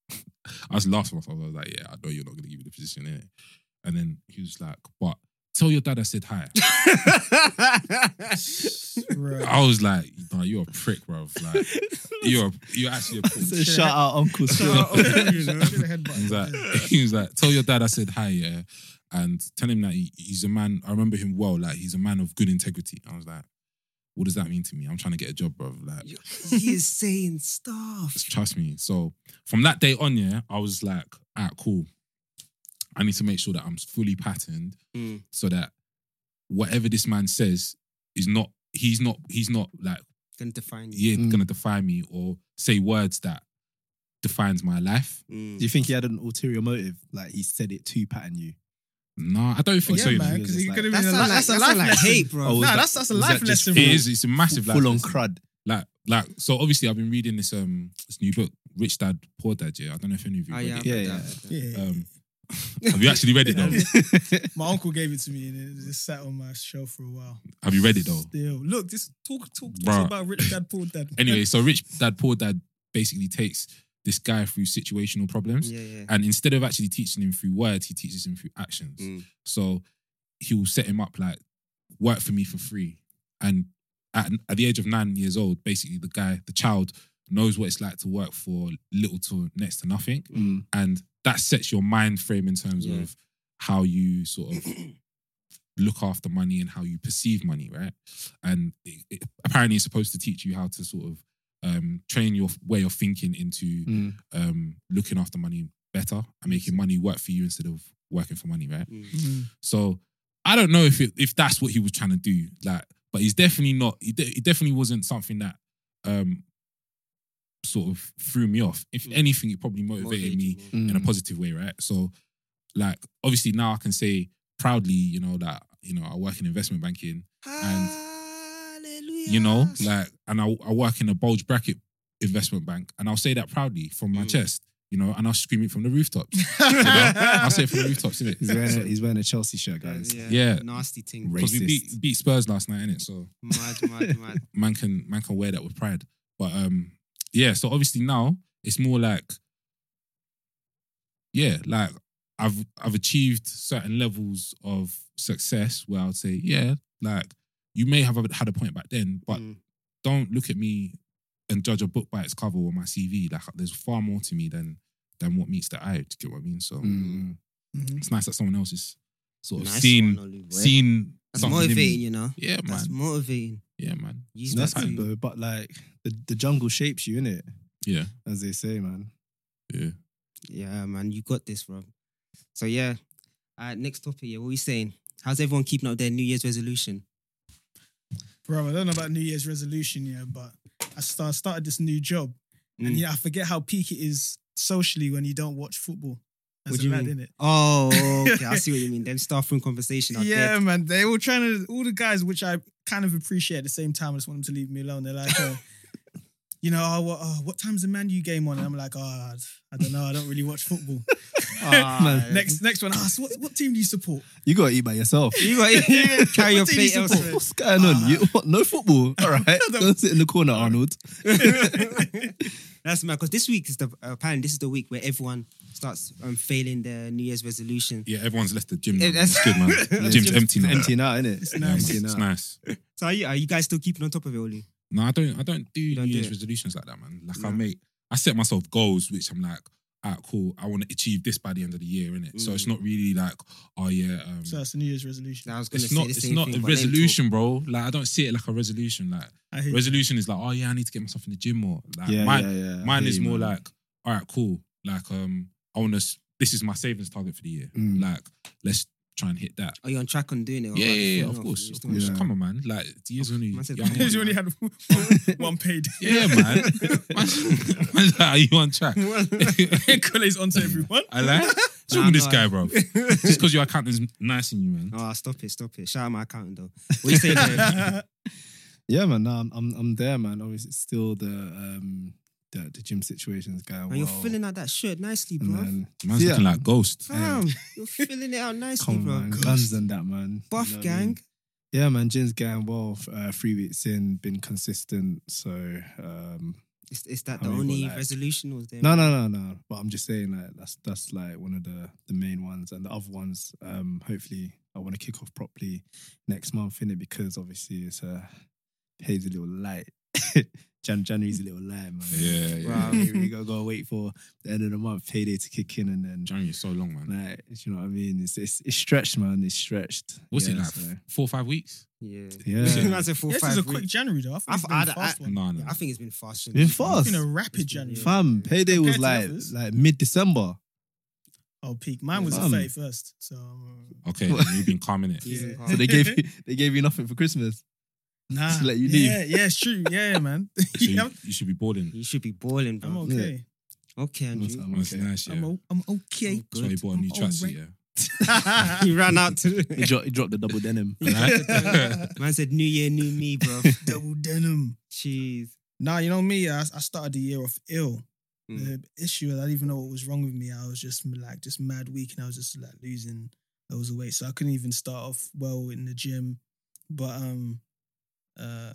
S1: (laughs) I was laughing myself. I was like, yeah, I know you're not going to give me the position, innit? And then he was like, but tell your dad I said hi.
S5: Bro.
S1: I was like, nah, you're a prick, bro. Like, you're a, you're actually a prick.
S4: (laughs) So shout out Uncle
S5: Shout
S4: Phil.
S5: out Uncle, you know, get a headbutt.
S1: He was like, (laughs) he was like, tell your dad I said hi, yeah, and tell him that he, he's a man. I remember him well. Like he's a man of good integrity. I was like, what does that mean to me? I'm trying to get a job, bro. Like,
S3: he is saying stuff.
S1: trust me. So from that day on, yeah, I was like, all right, cool. I need to make sure that I'm fully patterned
S3: Mm.
S1: so that whatever this man says is not. He's not. He's not like
S3: Gonna define you.
S1: yeah
S4: Mm.
S1: gonna define me or say words that defines my life.
S3: Mm.
S4: Do you think he had an ulterior motive? Like he said it to pattern you.
S1: No, I don't think
S5: yeah,
S1: so. (laughs) you know.
S5: man,
S4: was
S5: because
S4: just
S5: he
S4: like-
S5: could have
S3: That
S5: been a,
S3: sound
S5: li-
S3: like,
S5: that's a
S3: that
S5: life
S3: sound like
S5: lesson.
S3: hate, bro.
S4: Oh,
S5: Nah,
S4: was that-
S5: that's that's a
S4: was
S5: life
S4: that just
S5: lesson.
S1: It
S5: bro.
S1: is. It's a massive life
S4: Full on
S1: lesson.
S4: crud.
S1: Like, like. So obviously, I've been reading this um this new book, Rich Dad Poor Dad. Yeah, I don't know if any of you
S3: Oh,
S1: read
S3: yeah,
S1: it.
S4: Yeah,
S3: yeah,
S4: yeah.
S5: Yeah.
S1: Um, (laughs) Have you actually read it though?
S5: (laughs) My uncle gave it to me and it just sat on my shelf for a while.
S1: Have you read it though?
S5: Still, look, this talk talk,
S1: Bruh.
S5: talk about rich dad poor dad.
S1: (laughs) Anyway, so rich dad, poor dad basically takes this guy through situational problems.
S3: Yeah, yeah.
S1: And instead of actually teaching him through words, he teaches him through actions.
S3: Mm.
S1: So he will set him up like, work for me for free. And at, at the age of nine years old, basically the guy, the child, knows what it's like to work for little to next to nothing.
S4: Mm.
S1: And that sets your mind frame in terms
S3: Yeah.
S1: of how you sort
S3: (clears throat)
S1: of look after money and how you perceive money, right? And it, it, apparently it's supposed to teach you how to sort of um, train your way of thinking into
S4: Mm.
S1: um, looking after money better and making money work for you instead of working for money, right?
S5: Mm.
S1: So I don't know if it, if that's what he was trying to do, like, but he's definitely not. It, de- it definitely wasn't something that um, sort of threw me off. If
S3: Mm.
S1: anything, it probably motivated me in (laughs) a
S4: Mm.
S1: positive way, right? So, like, obviously now I can say proudly, you know, that you know I work in investment banking, and you know, like, and I, I work in a bulge bracket investment bank, and I'll say that proudly from my
S3: Mm.
S1: chest, you know, and I'll scream it from the rooftops. you
S3: (laughs)
S1: know? I'll say it from the rooftops, innit?
S4: He's wearing, a, he's wearing a Chelsea shirt, guys.
S1: Yeah.
S3: Nasty thing.
S4: Ra-
S1: Because we beat,
S4: Racist.
S1: beat Spurs last night, innit? So
S3: Mad,
S1: (laughs)
S3: mad, mad.
S1: man can man can wear that with pride. But um, yeah. So obviously now it's more like, yeah, like I've I've achieved certain levels of success where I'd say, yeah, like you may have had a point back then, but
S3: Mm.
S1: don't look at me and judge a book by its cover or my CV. Like there's far more to me than than what meets the eye. Do you get what I mean? So
S4: Mm.
S5: Mhm.
S1: it's nice that someone else is sort of
S3: Nice
S1: seen
S3: one, Olu, boy.
S1: seen
S3: That's
S1: something in me.
S3: motivating, you know.
S1: Yeah, man.
S3: That's motivating.
S1: Yeah, man.
S3: Use
S4: That's
S3: that
S4: good
S3: to
S4: though, but like the, the jungle shapes you, innit?
S1: Yeah.
S4: As they say, man.
S1: Yeah.
S3: Yeah, man, you got this, bro. So yeah. Uh, next topic, yeah. What are you saying? How's everyone keeping up their New Year's resolution?
S5: Bro, I don't know about New Year's resolution, yeah, but I start, started this new job. And
S3: Mm.
S5: yeah, I forget how peak it is socially when you don't watch football. As
S3: What
S5: a
S3: do you
S5: lad,
S3: mean?
S5: innit?
S3: Oh, okay. I see what you mean. Them staff room conversation are
S5: Yeah,
S3: dead.
S5: man. They were trying to all the guys, which I kind of appreciate at the same time. I just want them to leave me alone. They're like, uh, (laughs) you know, oh, what, oh, what time's the Man U game on? And I'm like, oh, I, I don't know. I don't really watch football.
S3: Ah,
S4: Man,
S5: next, next one. Ask what, what team do you support?
S4: You gotta eat by yourself.
S3: (laughs)
S1: (laughs)
S3: You got (laughs) carry your
S5: What team you
S3: plate
S5: support?
S3: elsewhere.
S4: What's going on? You, what, no
S1: (laughs)
S4: football. All right. (laughs) Don't sit in the corner, Arnold.
S3: That's mad. Because this week is the apparently this is the week where everyone starts um, failing their New Year's resolution.
S1: Yeah, everyone's left the gym. Now,
S3: Yeah,
S1: man. It's
S3: that's-
S1: good, man. The (laughs) gym's
S4: Just
S1: empty now.
S4: Empty now, innit? It's
S1: Yeah, man.
S4: Empty
S1: It's
S4: now.
S1: nice.
S3: So are you, are you guys still keeping on top of it, Oli?
S1: No, I don't. I don't do
S3: don't
S1: New
S3: do
S1: Year's
S3: it?
S1: resolutions like that, man. Like I
S3: No.
S1: make, I set myself goals, which I'm like, ah, cool. I want to achieve this by the end of the year, innit? So it's
S3: Mm.
S1: not really like, oh yeah. Um,
S5: So that's the New Year's resolution.
S3: Nah, I was gonna
S1: it's
S3: say
S1: not.
S3: the
S1: It's
S3: same
S1: not
S3: thing,
S1: a
S3: but let him talk.
S1: resolution, bro. Like I don't see it like a resolution. Like
S5: I (laughs) hate
S1: resolution is like, oh yeah, I need to get myself in the gym more. Like
S4: Yeah,
S1: mine,
S4: yeah, yeah. I
S1: mine
S4: hear
S1: is
S4: you,
S1: more
S4: man.
S1: like, all right, cool. Like um, I want to. This is my savings target for the year.
S4: Mm.
S1: Like let's try and hit that.
S3: Are you Oh, on track on doing it? or
S1: Yeah,
S3: are
S1: yeah,
S3: you
S1: yeah,
S3: falling
S1: of
S3: off?
S1: course,
S3: You're
S1: of
S3: still on
S1: course.
S3: track?
S4: Yeah.
S1: Come on, man. Like the year's only
S3: Man said
S1: young,
S3: come on,
S5: You
S1: man.
S5: only (laughs) had one, one paid. (laughs)
S1: Yeah, man. (laughs) Man's- man's like, Are you on track? (laughs)
S5: Cole's onto everyone.
S1: I like. What's
S3: Nah,
S1: wrong with this
S3: no,
S1: guy, bro? Just because your accountant's nice in you,
S3: (laughs)
S1: man.
S3: Oh, stop it, stop it. Shout out my accountant though. What you saying? Dave?
S4: (laughs) Yeah, man. No, I'm, I'm I'm there, man. Obviously, it's still the um the, the gym situation's going
S3: Man,
S4: well.
S3: Oh, you're filling out that shirt nicely,
S4: and
S3: bro.
S4: then-
S1: Man's
S4: Yeah.
S1: looking like ghost.
S3: Fam,
S4: (laughs)
S3: you're filling it out nicely,
S4: Come
S3: bro.
S4: on, man.
S3: Gosh.
S4: guns and that, man.
S3: Buff
S4: You know what I mean?
S3: gang.
S4: Yeah, man. Gym's going well. f- Uh, three weeks in, been consistent. So um,
S3: Is, is that
S4: How
S3: the
S4: many
S3: only
S4: got, like-
S3: resolution was there?
S4: no, no, no, no. But I'm just saying like that's that's like one of the the main ones, and the other ones. Um, hopefully, I want to kick off properly next month in it because obviously it's a pays a little light. (laughs) Jan January's a little light, man.
S1: Yeah, yeah.
S4: Wow, we gotta go wait for the end of the month payday to kick in, and then
S1: January is so long, man.
S4: like you know what I mean. It's it's, it's stretched, man. It's stretched.
S1: What's
S4: yeah,
S1: it like?
S4: so-
S1: Four or five weeks?
S3: Yeah.
S4: Yeah.
S3: (laughs) That's a four,
S5: This
S3: five
S5: is a
S3: week.
S5: quick January though. I think
S3: I've-
S5: it's been a
S3: I'd-
S5: fast
S3: I-
S5: one.
S1: No, no.
S3: I think it's been fast.
S4: been
S3: since-
S4: fast.
S5: It's been a
S3: It's been-
S5: rapid January.
S3: yeah.
S4: Fam, payday was
S5: Compared to
S4: like
S5: others.
S4: like mid December.
S5: Oh, peak. Mine was
S4: Fam.
S5: the thirty first. So um,
S1: Okay, then you've been calming
S3: (laughs)
S1: it.
S3: Season
S5: Yeah.
S3: card.
S4: So they gave
S5: (laughs)
S4: you they gave you nothing for Christmas.
S5: nah.
S4: Just let you
S5: yeah, yeah, it's true. Yeah, man. (laughs)
S1: So you,
S5: Yeah,
S1: you should be boarding.
S3: You should be balling,
S5: I'm
S3: bro.
S5: okay.
S3: Okay, Andrew.
S4: I'm
S1: That's
S4: okay.
S1: nice, yeah.
S5: I'm, o- I'm okay.
S1: That's why he bought a new
S5: I'm all
S1: tracksuit,
S5: right.
S1: yeah.
S3: (laughs) he ran out to.
S4: He, dro- he dropped the double denim.
S3: (laughs)
S1: Alright?
S3: Man said, "New year, new me, bro."
S5: (laughs) Double denim.
S3: Jeez.
S5: Nah, you know me. I, I started the year off ill. The issue, I didn't even know what was wrong with me. I was just like, just mad weak, and I was just like losing loads of weight, so I couldn't even start off well in the gym. But um, uh,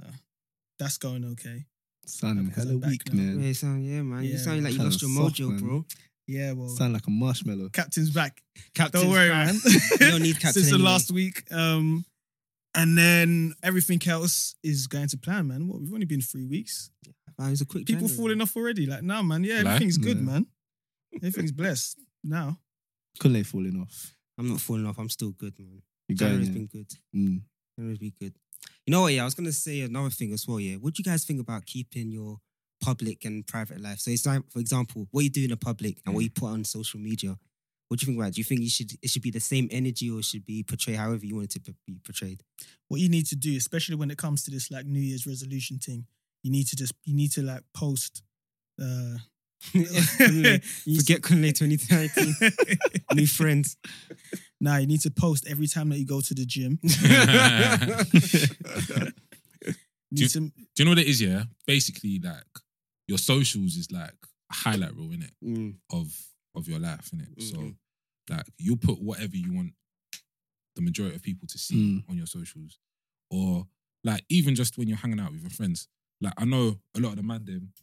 S5: that's going okay.
S4: Son,
S5: Because
S4: hella
S5: I'm back
S4: weak,
S5: now.
S4: man.
S3: Yeah, you sound, yeah, man. You
S5: Yeah,
S3: sound
S5: man.
S3: like you
S4: Kinda
S3: lost your
S4: soft,
S3: mojo,
S4: man.
S3: bro.
S5: Yeah, well,
S4: Sound like a marshmallow.
S5: captain's back.
S3: Captain's
S5: Don't worry,
S3: back.
S5: man.
S3: You
S5: (laughs)
S3: don't need captain.
S5: Since the
S3: anyway.
S5: last week, um, and then everything else is going to plan, man. What we've only been three weeks.
S3: Ah, it was a quick.
S5: People
S3: January.
S5: falling off already. Like now, man. Yeah,
S1: Like?
S5: everything's good,
S4: Yeah.
S5: man. Everything's blessed now.
S4: Kunle falling off.
S3: I'm not falling off. I'm still good, man.
S4: You
S3: January's
S4: going
S3: been good.
S5: (laughs)
S4: in? Mm. (laughs)
S3: January's been good. You know what? Yeah, I was gonna say another thing as well. Yeah, what do you guys think about keeping your public and private life? So it's like, for example, what you do in the public and what you put on social media. What do you think about? It? Do you think you should it should be the same energy or it should be portrayed however you want it to be portrayed?
S1: (laughs)
S3: (laughs)
S5: What you need to do, especially when it comes to this like New Year's resolution thing, you need to just you need to like post.
S3: (laughs)
S5: Uh, (laughs) you-
S3: Mm. Forget Conley 2019.
S1: (laughs)
S3: New friends.
S5: Nah, you need to post every time that you go to the
S1: (laughs)
S5: gym.
S1: Do-
S5: Need to,
S1: (laughs) Do you know what it is? Yeah, basically, like your socials is like a highlight reel in it
S3: Mm,
S1: of of your life, in it.
S3: Mhm.
S1: So, like, you put whatever you want the majority of people to see on your socials, or like even just when you're hanging out with your friends. Like, I know a lot of the man them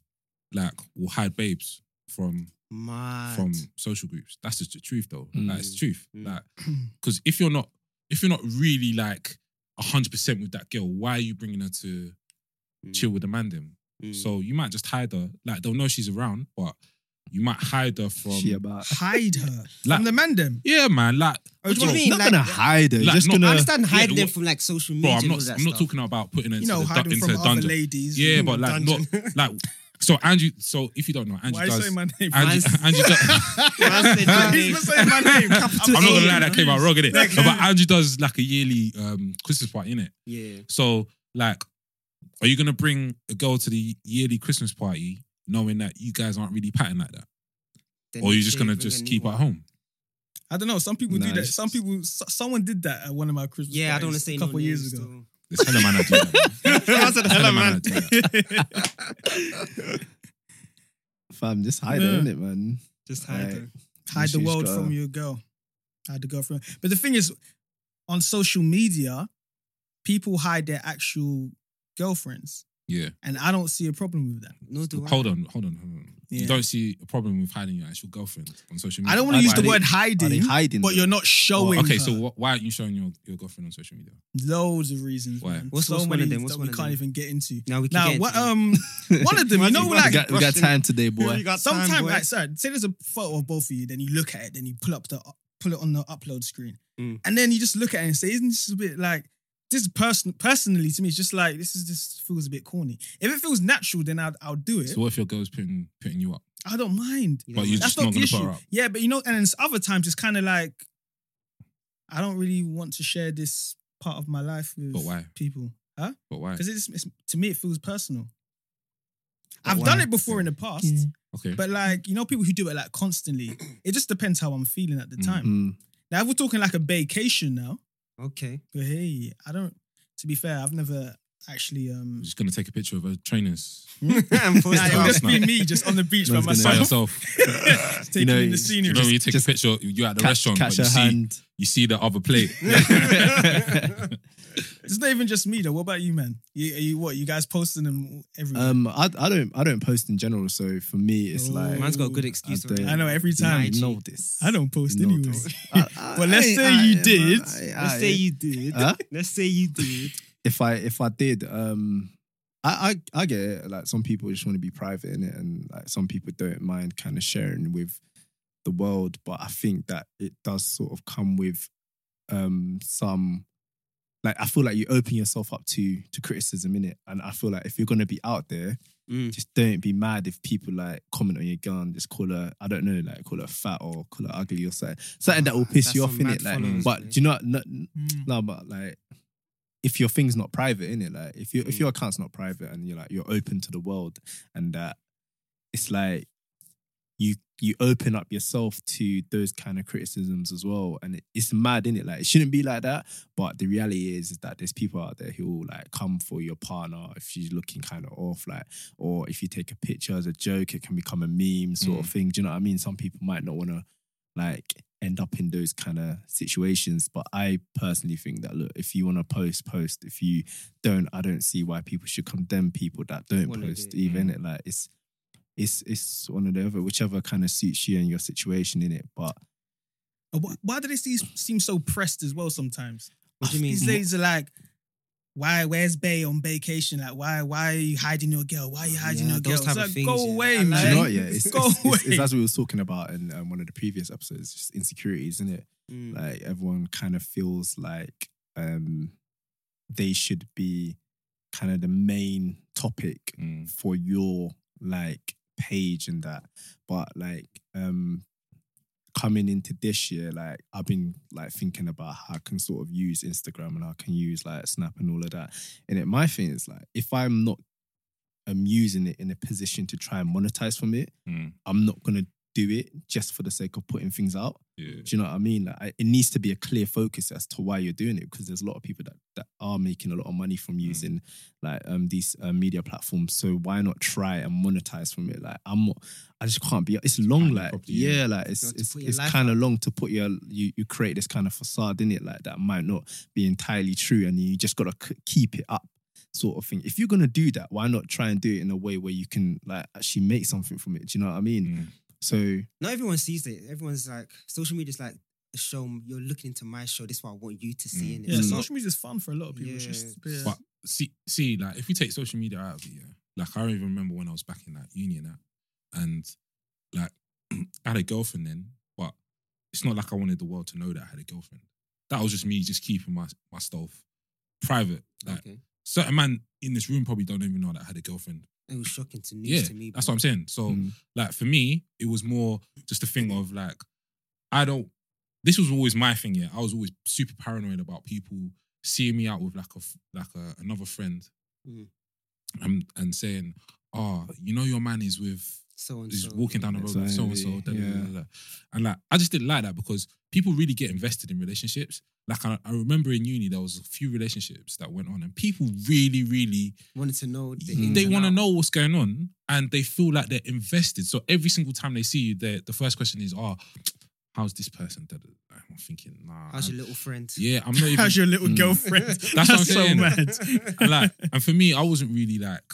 S1: like will hide babes from
S3: mad.
S1: from social groups. That's just the truth, though.
S4: Mm.
S1: Like, it's the truth.
S3: Mm.
S1: Like, (clears throat) because if you're not if you're not really like hundred percent with that girl, why are you bringing her to
S3: Mm.
S1: chill with the man them?
S3: Mm.
S1: So you might just hide her. Like they'll know she's around, but you might hide her from.
S4: She about.
S5: hide her
S1: uh, (laughs) Like-
S5: from the man them.
S1: yeah, man. Like,
S3: Oh, do you
S1: bro,
S3: mean?
S4: Not
S3: Like-
S4: gonna hide her.
S1: Like,
S4: just
S1: not-
S4: gonna.
S3: I understand
S1: yeah,
S3: hiding
S1: what-
S3: from like social
S1: bro,
S3: media.
S1: I'm
S3: and all
S1: not.
S3: that
S1: I'm not
S3: stuff.
S1: talking about putting her
S5: You
S1: into,
S5: know,
S1: the, du-
S5: hiding
S1: into
S5: from
S1: a
S5: other
S1: dungeon.
S5: ladies.
S1: Yeah, but like,
S5: Dungeon. (laughs)
S1: Like, so Andrew. So if you don't know, Andrew
S5: Why are you
S1: does.
S5: saying my name?
S1: Andrew, (laughs)
S3: Man's-
S5: (laughs)
S1: Andrew does.
S3: Man
S1: (laughs)
S3: said your name.
S5: He's not saying my name.
S1: I'm not gonna
S5: sorry.
S1: lie, that came out wrong, innit?
S5: Like-
S1: No,
S5: (laughs)
S1: but Andrew does like a yearly um, Christmas party, innit?
S3: Yeah.
S1: So, like, are you gonna bring a girl to the yearly Christmas party knowing that you guys aren't really patting like that,
S3: Then
S1: or are you
S3: next
S1: just
S3: day
S1: gonna
S3: bring a
S1: just
S3: new
S1: keep
S3: one.
S1: at home?
S5: I don't know. Some people do that.
S4: Nice.
S5: Some people. s- Someone did that at one of my Christmas.
S3: Yeah, I don't want
S5: parties
S3: to say
S5: a couple
S3: no
S5: of years
S3: names
S5: ago.
S1: There's hella man I do that. man.
S3: still. I said,
S1: Hella
S3: "Hello,
S1: man I
S3: man."
S1: do that.
S4: Fam, just hide her,
S5: Yeah.
S4: innit, man?
S3: Just
S4: Like,
S3: hide.
S5: Hide the
S4: She's
S5: world
S4: got
S5: from
S4: a-
S5: your girl. Hide the girl from. But the thing is, on social media, people hide their actual girlfriends,
S1: Yeah.
S5: and I don't see a problem with that.
S3: No, do I?
S1: Hold on, hold on, hold on. You
S5: Yeah.
S1: don't see a problem with hiding your actual girlfriend on social media.
S5: I don't want
S4: Are
S5: to use
S4: they-
S5: the word
S4: Are they
S5: hiding,
S4: hiding? (laughs)
S5: but you're not showing.
S1: Okay,
S5: her.
S1: so wh- why aren't you showing your, your girlfriend on social media?
S5: loads of reasons.
S1: Why?
S5: man.
S3: What's-
S5: so
S3: what's one
S5: many
S3: of them? What's
S5: that
S3: one
S5: we
S3: of
S5: can't
S3: them?
S5: even get into.
S3: Now we can
S5: Now,
S3: get
S5: what?
S3: into it. (laughs)
S5: Um, one of them, you know,
S4: we
S5: like
S4: got, we got time today, boy.
S5: sometimes, like, sorry, say there's a photo of both of you, then you look at it, then you pull up the pull it on the upload screen,
S3: Mm.
S5: and then you just look at it and say, "Isn't this a bit like this?" Person personally, to me, it's just like this is this feels a bit corny. If it feels natural, then I'd I'll do it.
S1: So what if your girl's putting putting you up,
S5: I don't mind.
S3: You
S1: but
S3: know,
S1: you're
S5: That's
S1: just not
S5: not the
S1: gonna put
S5: issue.
S1: her up?
S5: Yeah, but you know, and it's other times it's kind of like I don't really want to share this part of my life with
S1: But why?
S5: people, huh?
S1: But why?
S5: Because it's, it's to me it feels personal.
S3: But
S5: I've
S3: why?
S5: done it before in the past.
S1: Okay,
S5: But like, you know, people who do it like constantly, it just depends how I'm feeling at the
S1: Mm.
S5: time.
S4: Mm.
S5: Now, if we're talking like a vacation now,
S1: (laughs)
S3: Okay. (laughs)
S5: but hey, I don't, to be fair, I've never actually, um,
S1: I'm just gonna take a picture of her trainers
S5: (laughs)
S3: I'm
S5: nah, it'll
S1: Last
S5: just be
S1: night.
S5: me just on the beach
S4: (laughs)
S5: by
S4: Man's gonna-
S1: by
S5: myself, (laughs)
S1: yourself.
S5: taking
S4: You know,
S5: in the
S4: you
S1: You
S5: scenery.
S1: know, when you take
S4: Just-
S1: a picture, you're at the
S4: Catch-
S1: restaurant, but
S4: Catch her
S1: you see
S4: hand.
S5: (laughs)
S1: you see the other plate.
S5: it's not even just me though. What about you, man? You, are you what? You guys posting them everywhere?
S4: (laughs) Um, I, I don't I don't post in general, so for me it's
S5: Oh.
S4: like
S3: Man's got a good excuse.
S4: I
S3: already.
S4: don't-
S5: I know every
S4: you
S5: time.
S3: IG.
S4: know this.
S5: I don't post
S4: You know
S5: anyway.
S4: this.
S5: (laughs)
S4: I- I-
S5: But let's
S4: I-
S5: say
S4: I-
S5: you
S4: I- Uh,
S5: did.
S4: I-
S3: Let's
S4: I-
S3: say you did.
S4: Huh?
S3: Let's say you did.
S4: if I if I did, um, I I, I get it. Like some people just want to be private in it, and like some people don't mind kind of sharing with the world. But I think that it does sort of come with um some like I feel like you open yourself up to to criticism in it, and I feel like if you're gonna be out there,
S3: Mm.
S4: just don't be mad if people like comment on your gun. Just call her, I don't know, like call her fat or call her ugly or something, something that will
S3: Ah,
S4: piss
S3: that's
S4: you
S3: some
S4: off in
S3: mad
S4: it. Like,
S3: followers,
S4: but
S3: mate.
S4: do you know? No,
S5: Mm.
S4: no, but like, if your thing's not private, in it, like, if your if your account's not private and you're like you're open to the world and that, it's like you you open up yourself to those kind of criticisms as well. And it, it's mad, is it? Like it shouldn't be like that. But the reality is, is that there's people out there who will like come for your partner if she's looking kind of off, like, or if you take a picture as a joke, it can become a meme sort of thing. Do you know what I mean? Some people might not want to like end up in those kind of situations. But I personally think that look, if you want to post, post. If you don't, I don't see why people should condemn people that don't
S3: Wanna do
S4: post.
S3: it,
S4: Even it like it's it's it's one of the other, whichever kind of suits you and your situation in it. But
S5: And wh- Why do they see, seem so pressed as well sometimes?
S3: What
S5: (laughs)
S3: do you mean?
S5: These ladies are like, why? Where's Bay on vacation? Like, why? Why are you hiding your girl? Why are you hiding
S3: Yeah,
S5: your girl?
S3: those
S5: It's
S3: type of
S5: like,
S3: things,
S5: go
S3: yeah.
S5: away,
S3: Do you
S5: man.
S4: Do you know what? Yeah,
S5: (laughs)
S3: (laughs)
S4: it's,
S5: go
S4: it's,
S5: away.
S4: it's, it's as we was talking about in um, one of the previous episodes. Just insecurities, isn't it?
S3: Mm.
S4: Like everyone kind of feels like um, they should be kind of the main topic
S1: Mm.
S4: for your like page and that. But like um coming into this year, like I've been like thinking about how I can sort of use Instagram and how I can use like Snap and all of that. And it my thing is like if I'm not um using it in a position to try and monetize from it,
S1: Mm.
S4: I'm not gonna do it just for the sake of putting things out.
S1: Yeah.
S4: Do you know what I mean? Like, I- it needs to be a clear focus as to why you're doing it because there's a lot of people that, that are making a lot of money from
S3: Mm.
S4: using like um these uh, media platforms. So why not try and monetize from it? Like I'm, not, I just can't be. It's long,
S1: Can't
S4: like
S1: properly,
S4: yeah, like it's
S3: You have to
S4: it's,
S3: put your
S4: it's
S3: life
S4: kind of long to put your you you create this kind of facade in it like that might not be entirely true, and you just gotta k- keep it up. Sort of thing. If you're gonna do that, why not try and do it in a way where you can like actually make something from it? Do you know what I mean?
S1: Mm.
S4: So
S3: Not everyone sees it. Everyone's like, social media's like a show. You're looking into my show. This is what I want you to see.
S1: Mm.
S3: innit?
S5: yeah,
S3: It's not-
S5: social media is fun for a lot of people. It's
S3: Yeah.
S5: just, yeah.
S1: But see, see, like if we take social media out of it, yeah. Like I don't even remember when I was back in like uni and that, and like (clears throat) I had a girlfriend then, but it's not like I wanted the world to know that I had a girlfriend. That was just me just keeping my my stuff private. Like
S3: okay.
S1: certain man in this room probably don't even know that I had a girlfriend.
S3: It was shocking to news
S1: Yeah,
S3: to me.
S1: that's
S3: bro.
S1: what I'm saying. So
S4: Mm.
S1: like for me, it was more just a thing of like, I don't. This was always my thing. Yeah, I was always super paranoid about people seeing me out with like a f- like a, another friend,
S3: Mm.
S1: and and saying, "Oh, you know your man is with
S3: So and
S1: is
S3: so.
S1: walking down the road with
S4: That's
S1: so
S4: what
S1: and so."
S4: I mean,
S1: And like, I just didn't like that because people really get invested in relationships. Like I, I remember in uni, there was a few relationships that went on, and people really, really
S3: Wanted to know. The
S4: Mm.
S3: ins
S1: they
S3: and
S1: want to
S3: out.
S1: know what's going on and they feel like they're invested. So every single time they see you, the the first question is, "Oh, how's this person?" Da- da- da. I'm thinking, "Nah."
S3: How's
S1: I'm-
S3: your little friend?
S1: yeah, I'm not
S3: (laughs)
S1: even
S5: How's your (laughs) little
S4: Mm.
S5: girlfriend? That's,
S1: what I'm
S5: so
S1: saying.
S5: mad.
S1: and
S3: (laughs)
S1: like, and for me, I wasn't really like,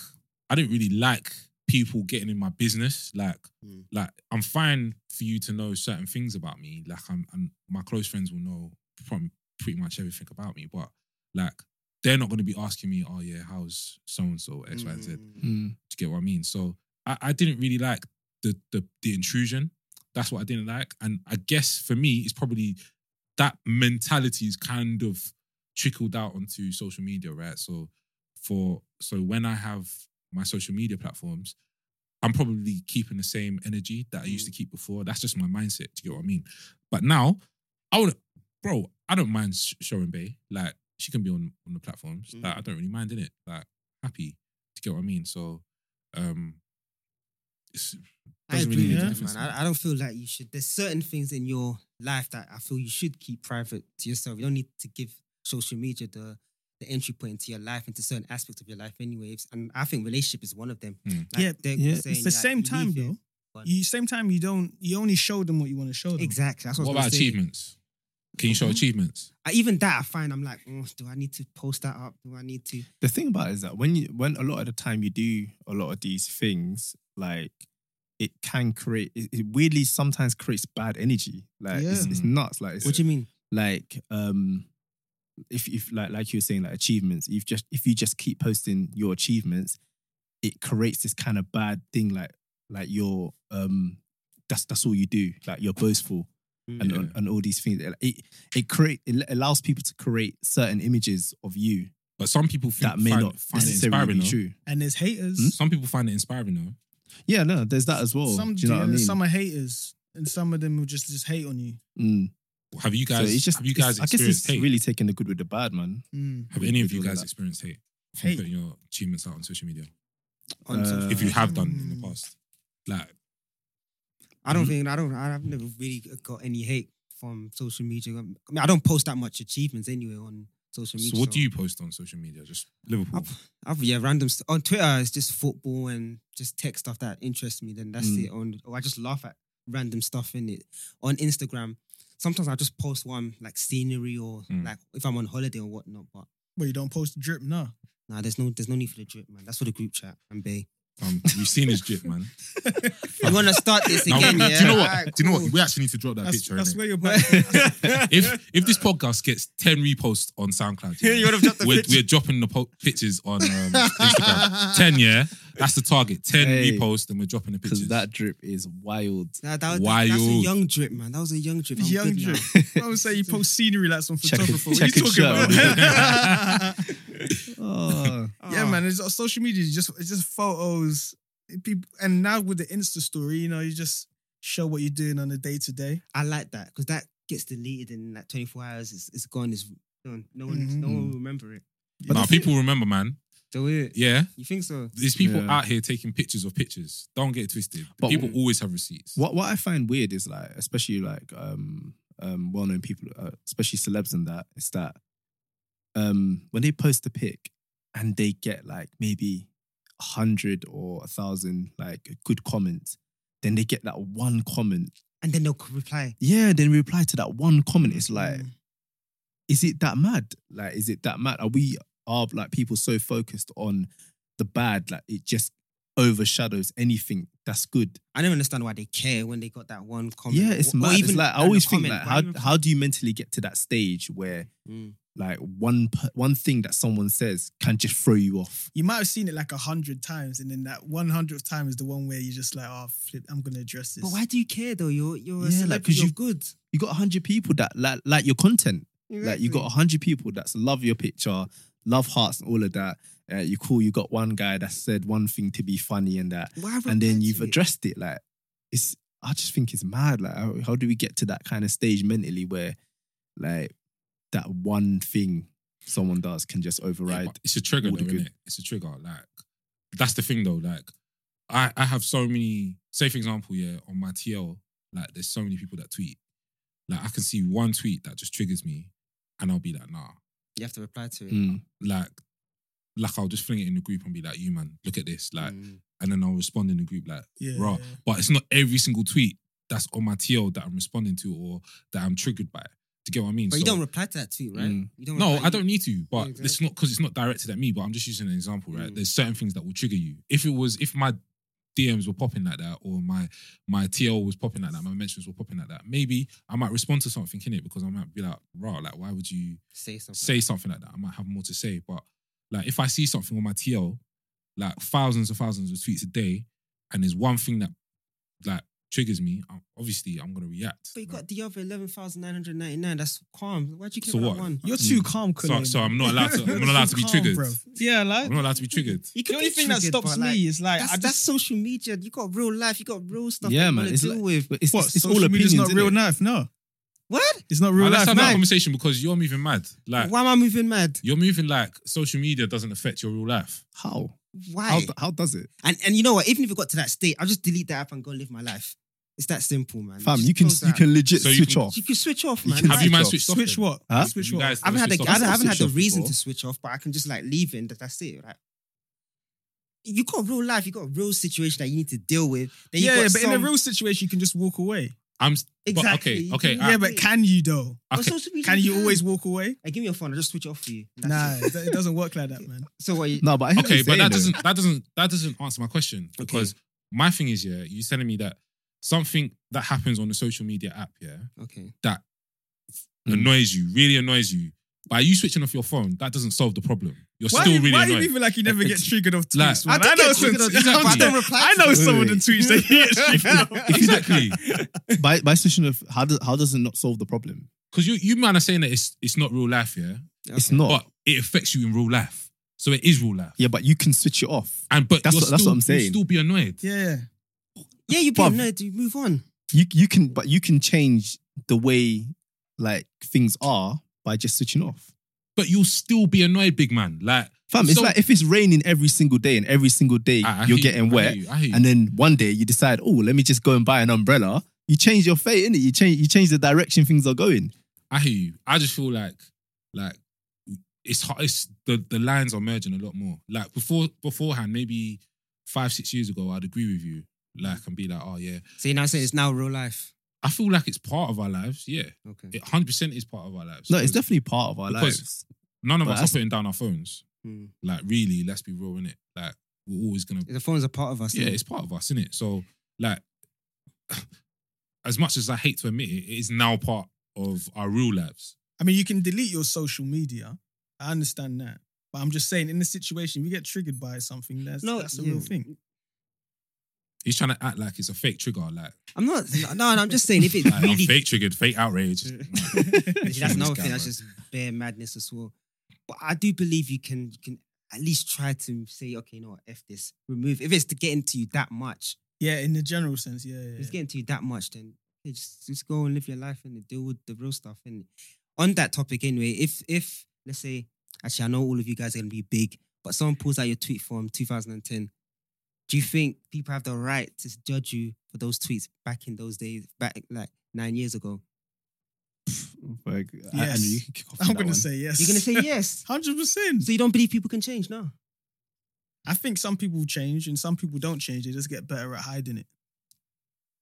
S1: I didn't really like people getting in my business. Like,
S3: Mm.
S1: like I'm fine for you to know certain things about me. Like, I'm, I'm my close friends will know from pretty much everything about me. But like, they're not going to be asking me, "Oh yeah, how's so and so X Y and Z."
S3: Mm.
S1: Do you get what I mean? So I, I didn't really like the, the the intrusion. That's what I didn't like. And I guess for me, it's probably that mentality is kind of trickled out onto social media, right? So for so when I have my social media platforms, I'm probably keeping the same energy that I used to keep before. That's just my mindset. Do you get what I mean? But now, I would, bro. I don't mind sh- showing Bay. Like she can be on on the platforms.
S4: Mm.
S1: Like I don't really mind in it. Like happy. Do you get what I mean? So, um, it's,
S3: I
S1: Doesn't
S3: agree
S1: really
S5: make a
S3: with you,
S1: difference,
S3: man. I, I don't feel like you should. There's certain things in your life that I feel you should keep private to yourself. You don't need to give social media the the entry point into your life, into certain aspects of your life, anyways. And I think relationship is one of them.
S1: Mm.
S3: Like,
S5: Yeah,
S3: they're
S4: yeah.
S3: saying,
S5: It's the
S3: like,
S5: same time
S3: leave it.
S5: though.
S3: but-
S5: You same time you don't. You only show them what you want to show them.
S3: Exactly. That's what,
S1: what
S3: I was
S1: about
S3: gonna say.
S1: achievements? Can you show
S4: Mm-hmm.
S3: Mhm.
S1: achievements?
S3: I- Even that, I find I'm like, "Mm, do I need to post that up? Do I need to?
S4: the thing about it is that when you when a lot of the time you do a lot of these things like it can create it, it weirdly sometimes creates bad energy like it's,
S1: Yeah.
S4: it's nuts like it's,
S3: What do you mean?
S4: like um if if like like you were saying like achievements you've just if you just keep posting your achievements it creates this kind of bad thing like like you're um that's that's all you do like you're boastful and,
S1: Yeah.
S4: and, and all these things it it create it allows people to create certain images of you
S1: But some people think
S4: that may
S1: find,
S4: not
S1: find it
S4: necessarily
S1: inspiring.
S4: be
S1: though.
S4: true.
S5: And there's haters.
S3: Hmm?
S1: Some people find it inspiring though.
S4: Yeah, no, there's that as well.
S5: Some
S4: Oh, do you know
S5: do,
S4: what I mean?
S5: Some are haters, and some of them will just just hate on you.
S4: Mm.
S1: Have you
S4: So
S1: guys?
S4: it's just,
S1: have you
S4: it's-
S1: guys
S4: I guess
S1: experienced
S4: it's
S1: hate?
S4: really taking the good with the bad, man.
S5: Mm.
S1: have any of you
S4: with all
S1: guys
S4: that.
S1: experienced hate from
S5: Hate?
S1: putting your achievements out on social media?
S3: On
S4: Uh, mm.
S3: social
S1: if you
S3: media?
S1: have done in the past, like
S3: I don't think I don't. I- I've never really got any hate from social media. I mean, I don't post that much achievements anyway on social media.
S1: So what do you post on social media? Just Liverpool.
S3: I've, yeah, random st- on Twitter. It's just football and just tech stuff that interests me. Then that's
S4: Mm.
S3: it. On or I just laugh at random stuff in it. On Instagram, sometimes I just post one like scenery or
S1: Mm.
S3: like if I'm on holiday or whatnot. But
S5: But you don't post the drip, nah.
S3: nah, there's no there's no need for the drip, man. That's for the group chat and
S1: (laughs)
S3: Bay.
S1: Um, we've seen his jip, man.
S3: You want to
S1: (laughs)
S3: start this
S1: Now,
S3: again?
S1: we-
S3: yeah.
S1: Do you know what?
S3: Alright,
S1: Do you know
S3: cool.
S1: what? We actually need to drop that
S5: That's,
S1: picture.
S5: that's
S1: innit?
S5: where
S1: (laughs)
S5: you're back.
S1: if if this podcast gets ten reposts on SoundCloud,
S3: You would've dropped the
S1: we're,
S3: picture.
S1: we're dropping the po- pictures on um, Instagram. ten, yeah, that's the target. Ten
S4: Hey.
S1: reposts, and we're dropping the
S4: Because
S1: pictures.
S4: that drip is wild.
S3: Nah, that,
S1: Why
S3: that, that's a
S1: you-
S3: young drip, man. That was a young drip. I'm
S1: Oh,
S5: Young
S3: good now.
S5: drip. (laughs) I would say
S1: (laughs)
S5: you post scenery like some
S4: Check it-
S5: photographer.
S4: check it,
S5: what are you talking
S4: shirt.
S5: about? (laughs)
S4: (laughs) Oh,
S5: yeah,
S3: Ah,
S5: man. It's on social media. It's just it's just photos. It People, and now with the Insta story, you know, you just show what you're doing on a day to day.
S3: I like that because that gets deleted in like 24 hours. It's, it's gone. It's done. No one, no
S5: Mhm.
S3: one will remember it.
S1: But nah, people remember, man.
S3: So it.
S1: Mm. Yeah,
S3: You think so?
S1: there's people
S4: Yeah.
S1: out here taking pictures of pictures. Don't get it twisted.
S4: But-
S1: people always have receipts.
S4: what what I find weird is like, especially like um um well known people, uh, especially celebs and that, is that um when they post a pic and they get like maybe a hundred or a thousand like good comments, then they get that one comment.
S3: And then they'll reply. Mm.
S4: Yeah, then reply to that one comment. It's like, is it that mad? Like, is it that mad? Are we are like people so focused on the bad like it just overshadows anything that's good?
S3: I don't understand why they care when they got that one comment.
S4: Yeah, it's
S3: Or- or
S4: mad. it's like I
S3: not a
S4: always think
S3: comment,
S4: like
S3: why
S4: how
S3: even-
S4: how do you mentally get to that stage where
S3: Mm.
S4: like one per- one thing that someone says can just throw you off?
S5: You might have seen it like a hundred times, and then that one hundredth time is the one where you're just like, oh, flip, I'm gonna address this.
S3: But why do you care though? You're you're a
S4: Yeah, like,
S3: celebrity.
S4: 'cause you-
S3: you're good.
S4: You got hundred people that like like your content. Like you got hundred people that's love your picture, love hearts and all of that. Uh, you cool. You got one guy that said one thing to be funny and that,
S3: Why reply
S4: and then
S3: to
S4: you've
S3: it?
S4: addressed it. Like it's. I just think it's mad. Like how, how do we get to that kind of stage mentally where like that one thing someone does can just
S1: Yeah,
S4: override?
S1: but it's a trigger,
S4: All the
S1: though,
S4: good.
S1: isn't it? It's a trigger. Like that's the thing, though. Like I, I have so many. Say for example, yeah, on my TL, like there's so many people that tweet. Like I can see one tweet that just triggers me, and I'll be like, nah.
S3: You have to reply to it.
S4: Mm.
S1: Like, like I'll just fling it in the group and be like, you man, look at this. Like,
S3: Mm.
S1: and then I'll respond in the group like,
S5: Yeah,
S1: Bruh.
S5: yeah.
S1: but it's not every single tweet that's on my TL that I'm responding to or that I'm triggered by. Do you get what I mean?
S3: But you
S1: So-
S3: don't reply to that tweet, right?
S4: Mm.
S3: You don't
S1: no,
S3: reply-
S1: I don't need to, but
S3: Yeah,
S1: it's not because it's not directed at me. But I'm just using an example, right?
S3: Mm.
S1: There's certain things that will trigger you. If it was, if my DMs were popping like that, or my my TL was popping like that, my mentions were popping like that, maybe I might respond to something in it because I might be like, "Right, like why would you
S3: say something.
S1: say something like that?" I might have more to say, but like if I see something on my TL, like thousands and thousands of tweets a day, and there's one thing that like triggers me, I'm- obviously I'm gonna react.
S3: But you
S1: Like,
S3: got the other eleven thousand nine hundred ninety nine. That's calm. Why'd you care
S1: So
S3: about
S1: what?
S3: one?
S5: You're too calm,
S1: so,
S5: Colin.
S1: so Mm. I'm not allowed to. I'm not
S3: (laughs)
S1: allowed to be
S5: Calm,
S1: triggered.
S5: bruv. Yeah,
S1: I'm
S5: like
S1: not allowed to be triggered.
S5: the
S3: You could
S5: only
S3: be
S5: thing that
S3: triggered,
S5: stops
S3: but, like,
S5: me is like
S3: that's,
S5: I
S3: that's
S5: just
S3: social media. You got real life. You got real stuff. you
S4: Yeah, man.
S3: wanna
S4: It's
S3: deal
S4: like-
S3: with.
S4: But it's,
S5: what
S4: it's, it's all
S5: social media's
S4: opinions.
S5: not
S4: innit?
S5: real life. No,
S3: What?
S5: it's not real
S1: Man, let's
S5: life.
S1: have that
S5: No,
S1: conversation because you're moving mad. Like
S3: Why am I moving mad?
S1: you're moving like social media doesn't affect your real life.
S4: How? How,
S3: Why?
S4: how does it?
S3: and and you know what? Even if it got to that state, I'll just delete that app and go live my life. It's that simple, man.
S4: Fam,
S3: Just
S4: you can
S3: close
S4: you
S3: that.
S4: can legit
S1: So you
S4: switch
S1: can-
S4: off.
S3: you can switch off,
S4: You
S3: man.
S4: can
S1: Have you
S3: Like,
S1: man
S4: off.
S1: switched off?
S5: switch
S1: then?
S5: what?
S4: Huh?
S1: You
S5: Switch what?
S1: guys
S3: I haven't had
S1: switched
S3: the,
S1: off?
S3: I haven't, I haven't had the
S4: Switch off
S3: reason
S4: before.
S3: to switch off, but I can just like leave it and that- that's it. Like you got real life, you got a real situation that you need to deal with. Then you
S5: yeah,
S3: got
S5: yeah, but in a
S3: some-
S5: real situation, you can just walk away.
S1: I'm s-
S3: Exactly.
S1: But okay, okay,
S3: You
S1: I-
S5: Yeah, but can you though?
S3: on
S1: okay.
S3: social media,
S5: Can you
S3: can.
S5: always walk away?
S3: Hey, give me your phone. I'll just switch it off for you. That's
S5: Nah,
S3: it.
S5: it it doesn't work like that, man.
S3: So what? You,
S4: No, but I hear what
S1: okay,
S4: you're
S1: but
S4: saying,
S1: that
S4: though.
S1: doesn't that doesn't that doesn't answer my question because my thing is yeah, you telling me that something that happens on the social media app yeah
S3: Okay.
S4: Mm.
S1: annoys you, really annoys you. By you switching off your phone, that doesn't solve the problem. You're still
S5: you,
S1: really
S5: why you
S1: annoyed.
S5: (laughs) leaving like you never get triggered off tweets? man?
S1: Like-
S3: I don't
S5: know
S3: get
S5: some-
S3: triggered off
S1: tweets, but I don't
S3: reply
S5: I
S3: to
S5: know
S4: them.
S5: some of the
S4: Wait,
S5: tweets
S4: (laughs)
S5: that you get triggered off.
S1: exactly.
S4: by by switching off, how does how does it not solve the problem?
S1: Because you you man are saying that it's it's not real life, yeah.
S4: It's
S3: Okay.
S4: not.
S1: But it affects you in real life. So it is real life.
S4: yeah, but you can switch it off.
S1: And but
S4: That's
S1: you're
S4: what- that's
S1: still-
S4: what I'm saying.
S1: You'll still be annoyed.
S5: Yeah,
S3: Yeah, you
S4: Bruv.
S3: be no, dude. Move on.
S4: You you can but you can change the way like things are by just switching off.
S1: but you'll still be annoyed, big man. Like,
S4: Fam, it's
S1: So-
S4: like if it's raining every single day and every single day
S1: I- I hear
S4: you're
S1: you,
S4: getting
S1: I
S4: wet,
S1: hear you, I hear you.
S4: and then one day you decide, oh, let me just go and buy an umbrella. You change your fate, innit? You change you change the direction things are going.
S1: I hear you. I just feel like like it's hot. It's the the lines are merging a lot more. Like before beforehand, maybe five six years ago, I'd agree with you. Like and be like, oh yeah.
S3: So you're now saying it's now real life.
S1: I feel like it's part of our lives. Yeah,
S3: Okay.
S1: it hundred percent is part of our lives.
S4: No,
S1: Because
S4: it's definitely part of our
S5: (laughs)
S1: Because-
S4: lives.
S1: none of
S4: but
S1: us are
S4: that's-
S1: putting down our phones.
S3: Mm.
S1: Like really, let's be real in it. Like we're always gonna.
S3: The phone's a part of us.
S1: Yeah,
S3: innit?
S1: it's part of us, isn't it? So like, (sighs) as much as I hate to admit it, it is now part of our real lives.
S5: I mean, you can delete your social media. I understand that. But I'm just saying, in this situation, we get triggered by something. That's,
S3: No,
S5: that's a
S3: yeah.
S5: real thing.
S1: He's trying to act like it's a fake trigger.
S5: (laughs)
S1: Like
S3: I'm not. No, no, I'm just saying if it
S1: Like, I'm
S3: really
S1: fake triggered, fake outrage.
S3: Actually, (laughs) that's another thing. That's just bare madness as well. But I do believe you can you can at least try to say, okay, you know what, f this, remove. If it's to get into you that much,
S5: Yeah, in the general sense. Yeah, yeah,
S3: if it's
S5: yeah.
S3: getting to you that much, then okay, just just go and live your life and deal with the real stuff. And on that topic, anyway, if if let's say, actually, I know all of you guys are gonna be big, but someone pulls out your tweet from 2010. Do you think people have the right to judge you for those tweets back in those days, back like nine years ago?
S4: (laughs) Like, I- I
S5: Yes.
S4: knew you could kick off
S5: I'm
S4: with that
S5: going to
S4: one.
S5: say yes.
S3: You're gonna
S5: (laughs)
S3: say yes. (laughs)
S5: 100%.
S3: So you don't believe people can change now?
S5: I think some people change and some people don't change. They just get better at hiding it.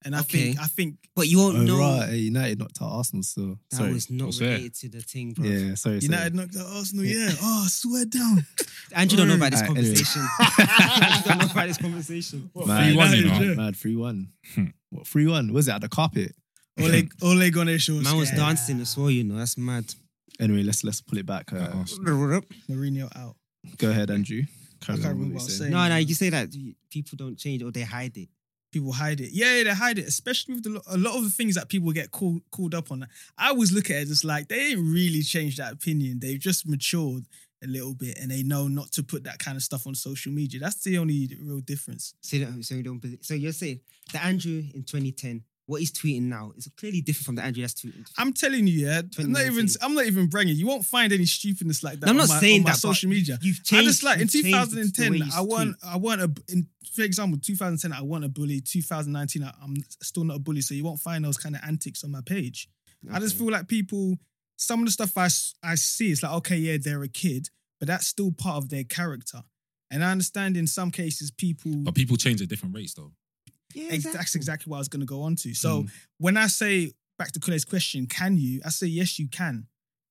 S5: And I
S3: Okay.
S5: think I think
S3: But you won't
S4: Oh,
S3: know
S4: right, hey, United knocked out Arsenal, so
S3: that
S4: sorry.
S3: was not
S1: What's that?
S3: related to the thing, bro.
S4: yeah, sorry. sorry. (laughs)
S1: (laughs)
S5: United knocked out Arsenal. Yeah. Oh, I swear
S3: (laughs)
S5: down.
S3: Andrew don't know about this
S4: Alright, anyway.
S3: (laughs) conversation. Andrew don't know about this conversation.
S4: Mad,
S1: 3-1, you
S4: mad,
S1: know?
S4: mad, 3 1.
S1: Hmm.
S4: What, 3 1? Was it at the carpet?
S5: (laughs) Ole Ole Gunnar Solskjaer.
S3: Man was dancing as well, you know. That's (laughs) mad.
S4: Anyway, let's let's pull it back. Uh,
S3: No,
S5: Mourinho out.
S4: go ahead, Andrew.
S5: I can't
S4: Carry on with
S5: remember
S4: what
S5: what I
S4: you're
S5: was
S4: saying.
S5: saying.
S3: no, you say that people don't change or they hide it.
S5: People hide it. Yeah, yeah, they hide it, especially with the, lo- a lot of the things that people get called called up on. I always look at it as like they ain't really changed that opinion. They've just matured a little bit and they know not to put that kind of stuff on social media. That's the only real difference.
S3: So, you don't- so you don't believe. So you're saying the Andrew in 2010, what he's tweeting now is clearly different from the Andrew that's tweeting.
S5: I'm telling you, yeah. I'm not even.
S3: 2019.
S5: I'm not even bragging. You won't find any stupidness like that.
S3: No, I'm
S5: on
S3: not
S5: my,
S3: saying
S5: on my
S3: that, but
S5: social media.
S3: You've changed.
S5: I just like in
S3: you've changed the way
S5: 2010,
S3: you
S5: I weren't,
S3: tweet.
S5: I weren't a, in, for example, 2010, I weren't a bully. 2019, I, I'm still not a bully. So you won't find those kind of antics on my page. I just
S3: Okay.
S5: feel like people, some of the stuff I, s- I see, it's like, okay, yeah, they're a kid, but that's still part of their character. And I understand in some cases, people.
S1: But people change at different rates, though.
S3: Yeah,
S5: Ex-
S3: exactly.
S5: That's exactly what I was going to go on to.
S3: Hmm.
S1: Mm.
S5: So when I say back to Kule's question, can you? I say yes, you can.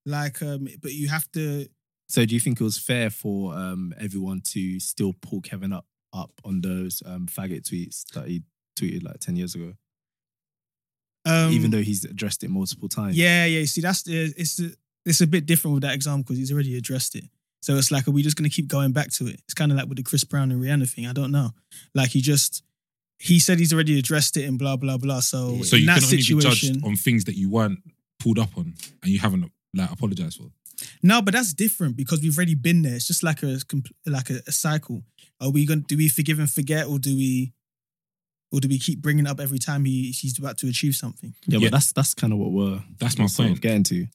S5: Like, um, but you have to.
S4: So, do you think it was fair for um, everyone to still pull Kevin up up on those um, faggot tweets that he tweeted like ten years ago,
S5: Um,
S4: even though he's addressed it multiple times?
S5: yeah, yeah. See, that's the it's the, it's a bit different with that example because he's already addressed it. So it's like, are we just going to keep going back to it? It's kind of like with the Chris Brown and Rihanna thing. I don't know. Like he just he said he's already addressed it and blah blah blah. So,
S3: Yeah.
S1: So
S5: in
S1: you
S5: that
S1: can only be
S5: situation,
S1: judged on things that you weren't pulled up on and you haven't like apologized for.
S5: No, but that's different because we've already been there. It's just like a compl- like a, a cycle. Are we going? to Do we forgive and forget, or do we, or do we keep bringing it up every time he he's about to achieve something?
S4: yeah,
S1: Yeah.
S4: but that's that's kind of what we're
S1: That's my
S4: sort
S1: point.
S4: of getting to.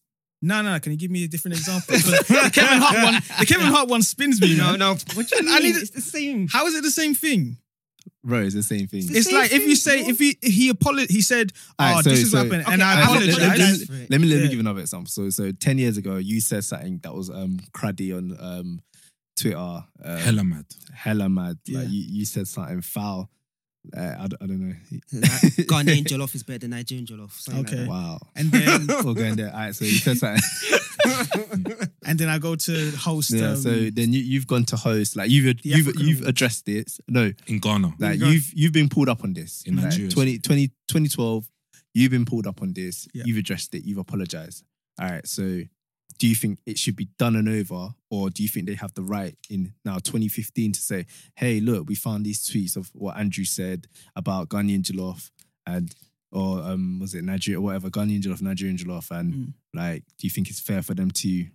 S5: No, no. Can you give me a different example?
S1: (laughs)
S5: 'Cause the Kevin Hart one. The Kevin Hart one spins me.
S3: No,
S5: man.
S3: no. (laughs) What do you mean?
S5: I need to-
S3: it's the same.
S5: How is it the same thing?
S4: Bro, it's the same thing.
S3: It's the
S5: It's
S3: same
S5: like if you
S3: thing,
S5: say
S3: bro.
S5: if he he apolog he said, "Oh,
S4: Alright,
S5: this
S4: so-
S5: is
S4: so-
S5: what happened," and
S3: Okay,
S5: I
S3: alright, let- let-
S5: apologize.
S3: let-
S4: Let,
S3: for it.
S4: me let me
S5: Yeah.
S4: give another example. So, so ten years ago, you said something that was um, cruddy on um, Twitter. Uh,
S1: Hella mad.
S4: hella mad.
S5: Yeah.
S4: Like you, you said something foul. Uh, I, d- I don't know.
S3: Like,
S1: (laughs)
S3: Ghanaian jollof is better than Nigerian jollof. something
S5: Okay.
S3: Like
S4: Wow.
S5: Eh. and
S4: (laughs)
S5: then
S4: We're going there. All right, so you
S5: (laughs)
S4: said something.
S5: and then I go to host.
S4: yeah.
S5: um,
S4: So then you, you've gone to host. Like you've you've
S5: African
S4: you've
S5: one.
S4: addressed this. No,
S1: In Ghana.
S4: like
S5: Nigeria.
S4: you've you've been pulled up on this
S1: In
S4: Like,
S1: Nigeria.
S4: 20, 20 2012, You've been pulled up on this.
S5: Yeah.
S4: You've addressed it. You've apologized. All right. So do you think it should be done and over, or do you think they have the right in now 2015 to say, "Hey, look, we found these tweets of what Andrew said about Ghanaian jollof and or um was it Nigeria or whatever Ghanaian jollof, Nigerian jollof, and
S5: Mm.
S4: like, do you think it's fair for them to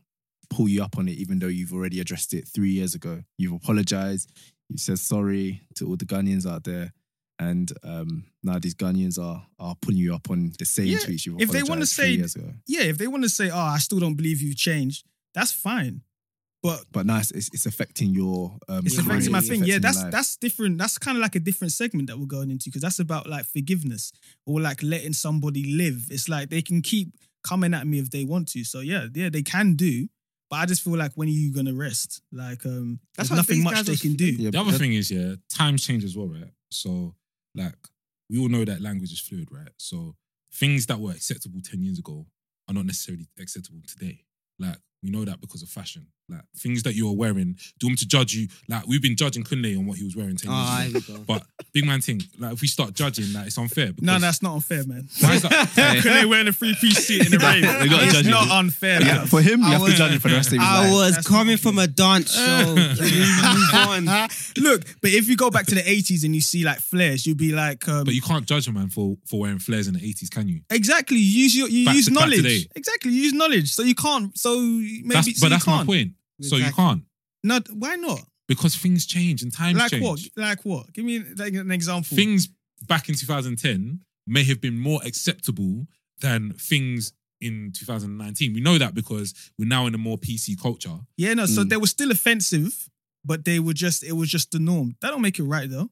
S4: pull you up on it, even though you've already addressed it three years ago? You've apologized. You said sorry to all the Ghanaians out there. And um, now these Ghanaians are are pulling you up on the same
S5: Yeah,
S4: tweets you've
S5: if they wanna
S4: apologized
S5: say-
S4: three years ago.
S5: "Ah, yeah, if they want to say, "Oh, I still don't believe you've changed," that's fine. But
S4: But now it's, it's, it's affecting your. Um,
S5: it's
S3: Yeah,
S5: affecting my
S3: it's
S5: thing. Yeah,
S4: affecting
S5: that's
S4: life.
S5: that's different. That's kind of like a different segment that we're going into because that's about like forgiveness or like letting somebody live. It's like they can keep coming at me if they want to. So yeah, yeah, they can do. But I just feel like when are you gonna rest? Like um,
S3: That's
S5: there's
S3: what
S5: nothing
S3: these
S5: much
S3: guys
S5: they
S3: are-
S5: can do.
S4: Yeah,
S1: The other
S4: but-
S1: thing is, yeah, times change as well, right? So, like, we all know that language is fluid, right? So, things that were acceptable 10 years ago are not necessarily acceptable today. Like, we know that because of fashion. Like, things that you are wearing, do you want me to judge you? Like, we've been judging Kunle on what he was wearing 10
S3: Ah,
S1: years ago.
S3: here
S1: (laughs)
S3: we go.
S1: But, big man thing, like, if we start judging, like, it's unfair. Because
S5: No, that's not unfair, man.
S1: Why
S5: (laughs)
S1: is that?
S5: Because they wearing a three piece suit in the rain.
S4: We gotta judge
S5: It's
S4: you.
S5: not unfair.
S4: Yeah,
S5: man.
S4: for him, you
S3: I
S4: have to
S3: was-
S4: judge him for the rest of his
S3: I
S4: life.
S3: was
S5: That's
S3: coming
S5: not
S3: from a
S1: (laughs)
S3: dance show. Can we move on?
S5: Look, but if you go back to the 80s and you see like flares, you'd be like, um,
S1: but you can't judge a man for, for wearing flares in the 80s, can you?
S5: exactly, you use your, you
S1: Back
S5: use
S1: to- back to
S5: knowledge.
S1: day.
S5: Exactly, you use knowledge. So you can't, so maybe,
S1: That's,
S5: so
S1: but
S5: you
S1: that's my
S5: can't.
S1: point. So, you
S3: Exactly.
S1: can't.
S5: No, why not?
S1: Because things change and times
S5: Like
S1: change.
S5: what? Like what? Give me like, an example.
S1: things back in 2010 may have been more acceptable than things in 2019. We know that because we're now in a more PC culture.
S5: yeah, no, so
S4: Mm.
S5: they were still offensive, but they were just, it was just the norm. That don't make it right though.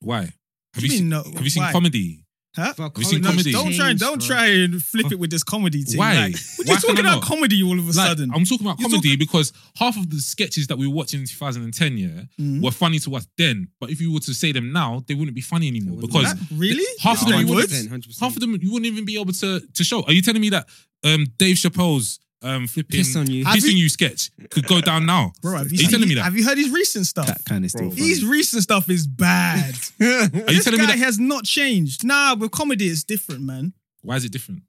S1: Why? Have
S5: you mean
S1: seen,
S5: no?
S1: Have you seen
S5: Why?
S1: comedy?
S5: Huh?
S1: Have you seen
S5: No,
S1: comedy?
S5: Don't try, don't try and flip it with this comedy thing.
S1: Why?
S5: Like, we're just
S1: Why can I
S5: talking about
S1: not?
S5: comedy all of a
S1: Like,
S5: sudden.
S1: I'm talking about
S5: You're
S1: comedy because half of the sketches that we were watching in 2010 yeah,
S5: Mhm.
S1: were funny to us then. But if you were to say them now, they wouldn't be funny anymore
S3: wouldn't.
S1: because
S5: That- really?
S1: half of them you wouldn't-
S3: 100%, 100%.
S1: half of them you wouldn't even be able to to show. Are you telling me that um, Dave Chappelle's um, flipping
S3: Piss on you.
S1: pissing
S5: Have you-
S1: you sketch could go down now?
S5: Bro, have you,
S1: Are you
S5: seen-
S1: telling me that?
S5: Have you heard his recent stuff?
S4: That kind of Mm. still. funny.
S5: His recent stuff is bad.
S1: (laughs) Are you
S5: this
S1: telling me
S5: guy
S1: that?
S5: has not changed. Nah, with comedy it's different, man.
S1: Why is it different?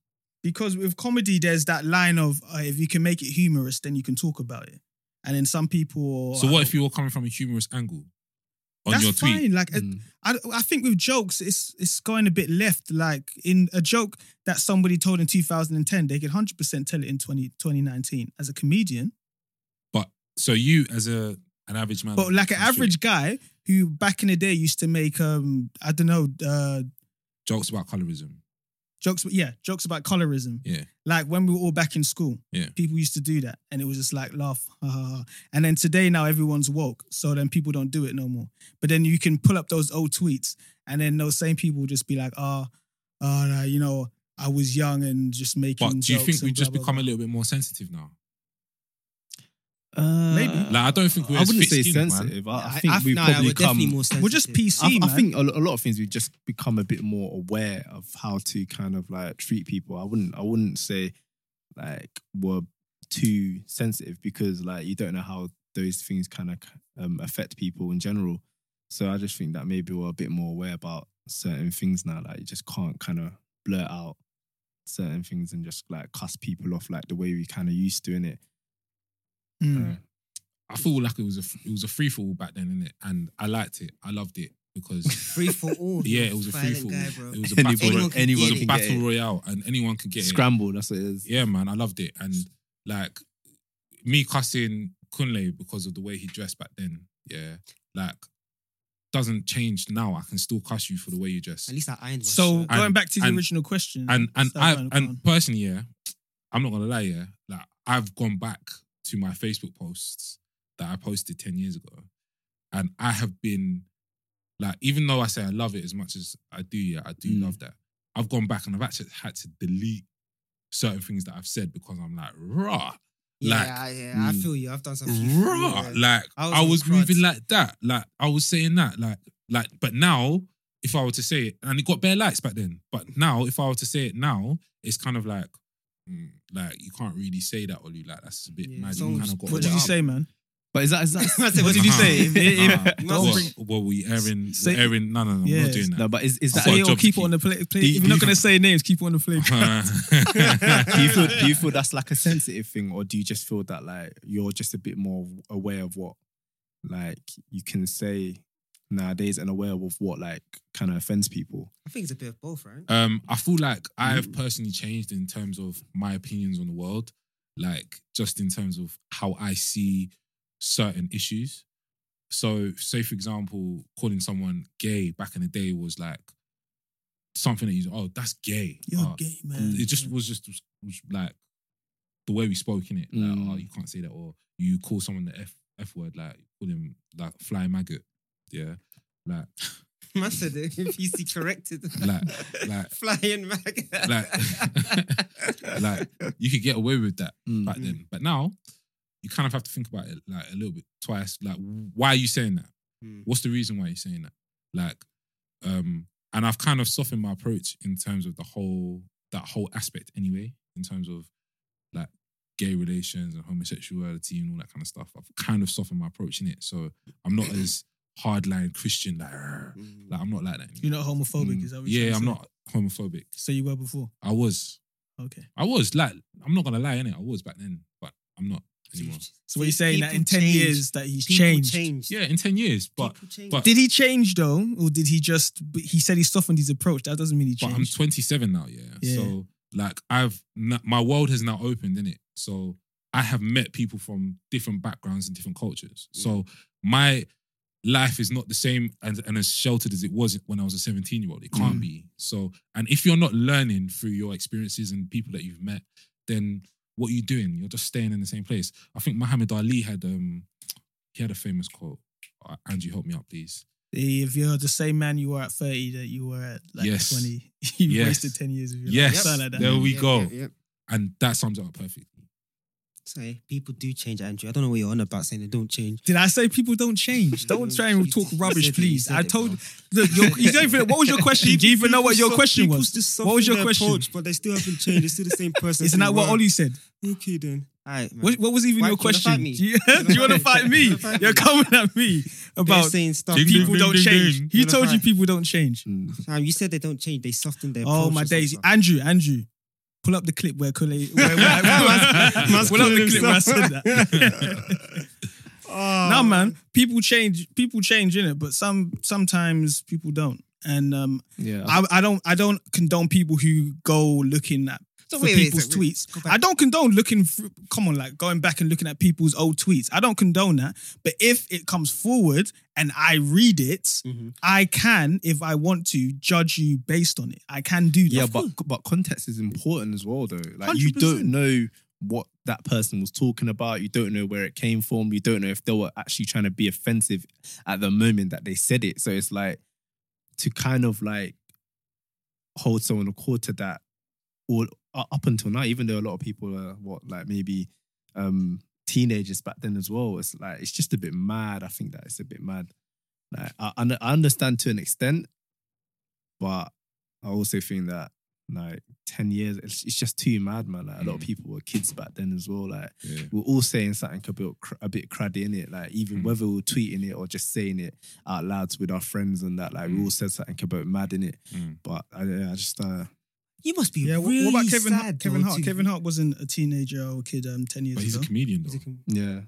S5: Because with comedy, there's that line of uh, if you can make it humorous, then you can talk about it. And then some people.
S1: So what if you were coming from a humorous angle on
S5: That's
S1: your tweet? Hmm.
S5: fine. Like I-
S4: Mm.
S5: I, I think with jokes, it's it's going a bit left. Like in a joke that somebody told in 2010, they could 100 percent tell it in 20, 2019 as a comedian.
S1: But so you as a an average man,
S5: But like an
S1: on the street,
S5: average guy who back in the day used to make um I don't know uh
S1: jokes about colorism.
S5: jokes yeah jokes about colorism
S1: Yeah.
S5: like when we were all back in school
S1: Yeah.
S5: people used to do that and it was just like laugh ha, ha, ha. and then today now everyone's woke so then people don't do it no more but then you can pull up those old tweets and then those same people will just be like ah ah nah, you know I was young and just making
S1: But do you
S5: jokes
S1: think
S5: and
S1: we just
S5: blah, blah,
S1: become
S5: blah.
S1: a little bit more sensitive now?
S4: Uh,
S5: Maybe.
S1: Like I don't think we're
S4: I
S1: as
S4: wouldn't
S1: thick
S4: say
S1: skinned, man.
S4: sensitive. I, I think we
S3: nah,
S4: probably
S3: we're
S4: come.
S3: definitely more sensitive.
S5: we're just PC
S4: I, I
S5: man.
S4: think a, lo- a lot of things we just become a bit more aware of how to kind of like treat people. I wouldn't. I wouldn't say like we're too sensitive because like you don't know how those things kind of um, affect people in general. So I just think that maybe we're a bit more aware about certain things now. Like you just can't kind of blurt out certain things and just like cuss people off like the way we kind of used to in it.
S5: Mm.
S1: I feel like it was a it was a free for all back then, innit? And I liked it. I loved it
S5: (laughs)
S1: because
S3: free for all.
S1: (laughs) yeah, it was a free
S3: Violent
S1: for
S3: guy, bro.
S1: all. It (laughs) was a
S4: Anyone-
S1: battle. royale.
S3: Anyone can
S1: It was
S3: get
S1: a
S3: it.
S1: battle royale, and anyone could get it.
S4: Scramble. That's what it is.
S1: Yeah, man, I loved it. And like me cussing Kunle because of the way he dressed back then, yeah, like doesn't change now. I can still cuss you for the way you dress.
S3: At least I ironed my
S5: so
S3: shirt.
S1: I-
S5: going back to the
S1: and-
S5: original question
S1: And and
S5: Stefan,
S1: I
S5: go on.
S1: and personally, yeah, I'm not gonna lie, yeah, like I've gone back to my Facebook posts that I posted 10 years ago. And I have been like, even though I say I love it as much as I do, yeah, I do
S4: Mm.
S1: love that. I've gone back and I've actually had to delete certain things that I've said because I'm like, rah,
S3: yeah,
S1: like,
S3: I- yeah, I
S4: mm.
S3: feel you. I've done something.
S1: rah. Like
S3: I
S1: I
S3: was
S1: was,
S3: on crud.
S1: moving like that. Like I was saying that. Like like. But now, if I were to say it, and it got bare likes back then. But now, if I were to say it now, it's kind of like. mm, Like you can't really say that, Olu. Like that's a bit
S3: Yeah,
S1: mad. You
S3: someone
S1: kind
S3: just
S1: of
S5: what
S1: got
S3: put
S5: did you
S3: it up.
S5: say man
S4: But is that
S3: (laughs)
S4: is that?
S3: I said, what did you
S1: Uh-huh.
S3: say?
S5: If-
S4: (laughs)
S5: if-
S1: Uh-huh.
S5: if-
S1: What?
S5: bring-
S1: What we airing?
S5: Say-
S1: we're airing? No, no, no.
S5: Yeah.
S1: We're not doing
S4: Oh, No,
S1: that.
S4: but is is
S1: I've got
S4: that?
S5: say
S1: a
S5: it or
S1: job to
S5: keep it
S1: keep.
S5: on the play, play
S4: Do you-
S5: if you're
S4: do
S5: not
S4: you-
S5: going to say names keep it on the
S1: (laughs)
S5: play
S4: do you feel do you feel that's like a sensitive thing, or do you just feel that like you're just a bit more aware of what like you can say nowadays and aware of what like kind of offends people?
S3: I think it's a bit of both, right? (laughs)
S1: Um, I feel like I have personally changed in terms of my opinions on the world, like just in terms of how I see certain issues. So, say for example, calling someone gay back in the day was like something that you oh that's gay.
S5: (laughs) You're
S1: Uh,
S5: gay, man.
S1: It just was just was, was like the way we spoke in it. Like,
S4: Mm.
S1: oh, you can't say that, or you call someone the f f word, like call him like fly maggot. Yeah, like (laughs)
S3: Man said the PC corrected.
S1: like
S3: (laughs)
S1: like
S3: Flying mag.
S1: (laughs)
S3: (laughs)
S1: Like- like you could get away with that (laughs)
S4: Mm.
S5: Mm-hmm.
S1: back then, but now you kind of have to think about it like a little bit twice. Like, why are you saying that?
S5: Hmm.
S3: Mm.
S1: What's the reason why you're saying that? Like, um, and I've kind of softened my approach in terms of the whole that whole aspect anyway, in terms of like gay relations and homosexuality and all that kind of stuff. I've kind of softened my approach in it, so I'm not as hardline Christian like, "Arr." like I'm not like that.
S5: Hmm. You're not homophobic,
S1: Mm.
S5: is that what you're
S1: yeah,
S5: trying
S1: I'm
S5: to
S1: not homophobic.
S5: say? So you were before.
S1: I was,
S5: Okay.
S1: I was like, I'm not gonna lie, innit? I was back then, but I'm not anymore.
S5: So what you're saying that in
S3: People
S5: ten
S3: change.
S5: years that he's
S3: People
S5: changed.
S3: changed.
S1: Yeah, in ten years, but
S3: People change.
S1: but,
S5: Did he change though, or did he just? but He said he softened his approach. That doesn't mean he
S1: but I'm
S5: changed.
S1: 27 now, yeah.
S5: Yeah.
S1: So like I've n- my world has now opened in it. So I have met people from different backgrounds and different cultures. So my life is not the same and, and as sheltered as it was when I was a 17 year old. It
S5: Mm.
S1: can't be. So and if you're not learning through your experiences and people that you've met, then what are you doing? You're just staying in the same place. I think Muhammad Ali had um he had a famous quote. Uh, Andrew, help me out, please.
S5: if you're the same man you were at 30 that you were at like
S1: Yes.
S5: 20, (laughs) you
S1: Yes.
S5: wasted 10 years of your
S1: Yes.
S5: life. Something Like that.
S1: There we
S3: Yeah,
S1: go.
S3: yeah, yeah.
S1: And that sums it up perfectly.
S3: So people do change, Andrew. I don't know what you're on about saying they don't change.
S5: Did I say people don't change? Don't try and
S3: You-
S5: talk
S3: you
S5: rubbish,
S3: said it, you
S5: please.
S3: said
S5: I
S3: it,
S5: told
S3: bro.
S5: look, you you don't even. What was your question? Do you even know what your question was? What was your question?
S3: but they still haven't changed. They're still the same person.
S5: Isn't that what
S3: Were.
S5: Ollie said?
S3: Okay then. All right, man.
S5: Mm-hmm. What, what was even
S3: Why-
S5: your
S3: do you wanna
S5: question? (laughs)
S3: fight me?
S5: Do you, want to fight me?
S3: wanna fight
S5: You're
S3: me?
S5: coming at me
S3: They're
S5: about
S3: saying stuff.
S1: Ding,
S5: people
S1: ding,
S5: don't
S1: ding,
S5: change.
S1: ding.
S5: He
S3: You wanna
S5: told you
S3: fight?
S5: people don't change.
S4: Mm.
S3: Fam, you said they don't change. They soften their.
S5: Oh
S3: approach
S5: my
S3: or
S5: days,
S3: something.
S5: Andrew, Andrew, pull up the clip where
S3: (laughs)
S5: Kule. Where, where, where, (laughs)
S3: Man's
S5: pull up the
S3: calling
S5: clip where I
S3: himself. Oh,
S5: said that. (laughs) no man, people change. People change in it, but some sometimes people don't. And um,
S4: (laughs) Yeah.
S5: I, I don't I don't condone people who go looking at
S3: So
S5: for
S3: wait, wait,
S5: people's
S3: so wait, go
S5: tweets.
S3: back.
S5: I don't condone looking. For, come on, like going back and looking at people's old tweets. I don't condone that. But if it comes forward and I read it,
S3: Mhm.
S5: I can, if I want to, judge you based on it. I can do that.
S4: yeah, but but context is important as well, though. Like you
S5: 100%.
S4: don't know what that person was talking about. You don't know where it came from. You don't know if they were actually trying to be offensive at the moment that they said it. So it's like to kind of like hold someone account to that. All uh, up until now, even though a lot of people are what like maybe um teenagers back then as well. It's like it's just a bit mad. I think that it's a bit mad. Like I, I I understand to an extent, but I also think that like ten years, it's, it's just too mad, man. Like a lot of
S1: Mm.
S4: people were kids back then as well. Like
S1: Yeah.
S4: we're all saying something a bit cr- a bit cruddy in it. Like even
S1: Mm.
S4: whether we're tweeting it or just saying it out loud with our friends and that. Like we
S1: Mm.
S4: all said something about mad in it.
S1: Mm.
S4: But I, I just uh,
S3: You must be
S5: yeah, wh-
S3: really
S5: what about Kevin
S3: sad,
S5: Hart? Kevin
S3: though,
S5: Hart.
S3: to-
S5: Kevin Hart wasn't a teenager or kid um, ten years
S1: But he's a
S5: ago.
S1: comedian though.
S4: yeah,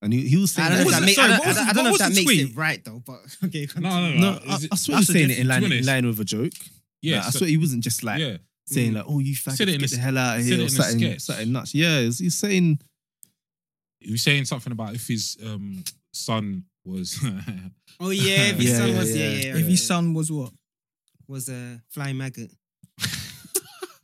S4: and he, he was
S3: I
S4: saying
S3: don't know
S5: What was
S3: if that
S5: it?
S3: make- I
S5: Sorry,
S3: don't-
S5: what was
S3: I
S5: it-
S3: don't know
S5: what
S3: if
S5: was
S3: that
S5: the
S3: makes
S5: tweet?
S3: it right though. But okay,
S1: No, no,
S4: No,
S1: no.
S4: I,
S1: Is it-
S4: I
S1: that's
S4: swear he was
S1: the
S4: saying it in
S1: difference,
S4: line,
S1: to be
S4: in
S1: honest.
S4: line with a joke.
S1: Yeah,
S4: Like, I
S1: so-
S4: swear he wasn't just like
S1: yeah,
S4: saying like, "Oh, you faggots,
S1: Said it in
S4: get
S1: a-
S4: the hell out
S1: said
S4: of
S1: it
S4: here,"
S1: in
S4: or
S1: a
S4: something,
S1: sketch.
S4: something nuts. Yeah, he's, he's
S1: (laughs)
S4: saying,
S1: he was saying something about if his um, son was (laughs)
S3: Oh yeah, if his
S4: Yeah,
S3: son
S4: yeah,
S3: was yeah,
S4: yeah.
S3: yeah. yeah,
S5: If his son was what?
S3: was a flying maggot,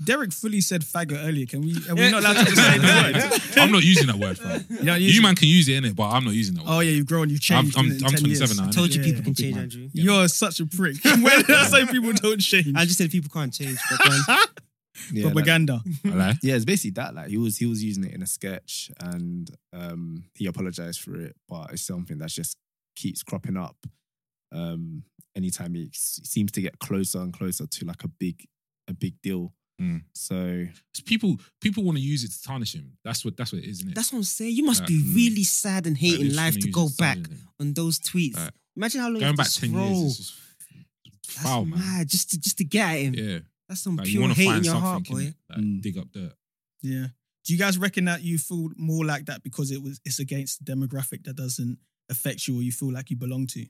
S5: Derek fully said faggot earlier. Can we? Are we not allowed to just
S4: (laughs)
S5: say the word?
S1: I'm not using that word, fam.
S5: You know, you-
S1: You man can use it in it, but I'm not using that word.
S5: Oh yeah, you've grown. You've
S1: I'm,
S5: changed.
S1: I'm,
S5: innit, in
S1: I'm
S5: 10 years.
S1: 27 now.
S3: I told you
S5: Yeah,
S3: people
S5: yeah.
S3: can
S1: Big
S3: change,
S1: man.
S3: Andrew.
S1: Yeah.
S5: You're such a prick. (laughs) Where did I say people don't change?
S3: I just said people can't change. But go on.
S5: (laughs)
S4: yeah, like-
S5: Propaganda.
S1: Alright?
S4: yeah, it's basically that. Like he was, he was using it in a sketch, and um, he apologized for it, but it's something that just keeps cropping up. Um, anytime he s- seems to get closer and closer to like a big, a big deal.
S1: Mm.
S4: So
S1: It's People, people want to use it to tarnish him. That's what. That's what it is, isn't it?
S3: That's what I'm saying. You must
S1: Right.
S3: be
S4: Mm.
S3: really sad and
S1: Like,
S3: hating
S1: they just
S3: life
S1: wanna
S3: to
S1: use
S3: go
S1: it to
S3: back
S1: tarnish him.
S3: on those tweets.
S1: Right.
S3: Imagine how long
S1: Going
S3: you have
S1: back
S3: to
S1: ten
S3: scroll.
S1: years, is just
S3: That's
S1: foul, man.
S3: mad. Just to just to get at him.
S1: Yeah,
S3: That's some
S1: like you
S3: pure
S1: want to
S3: hate
S1: find
S3: in your
S1: something,
S3: heart,
S1: innit?
S3: boy.
S1: Like,
S4: Mm.
S1: dig up dirt.
S5: Yeah. Do you guys reckon that you feel more like that because it was it's against the demographic that doesn't affect you or you feel like you belong to?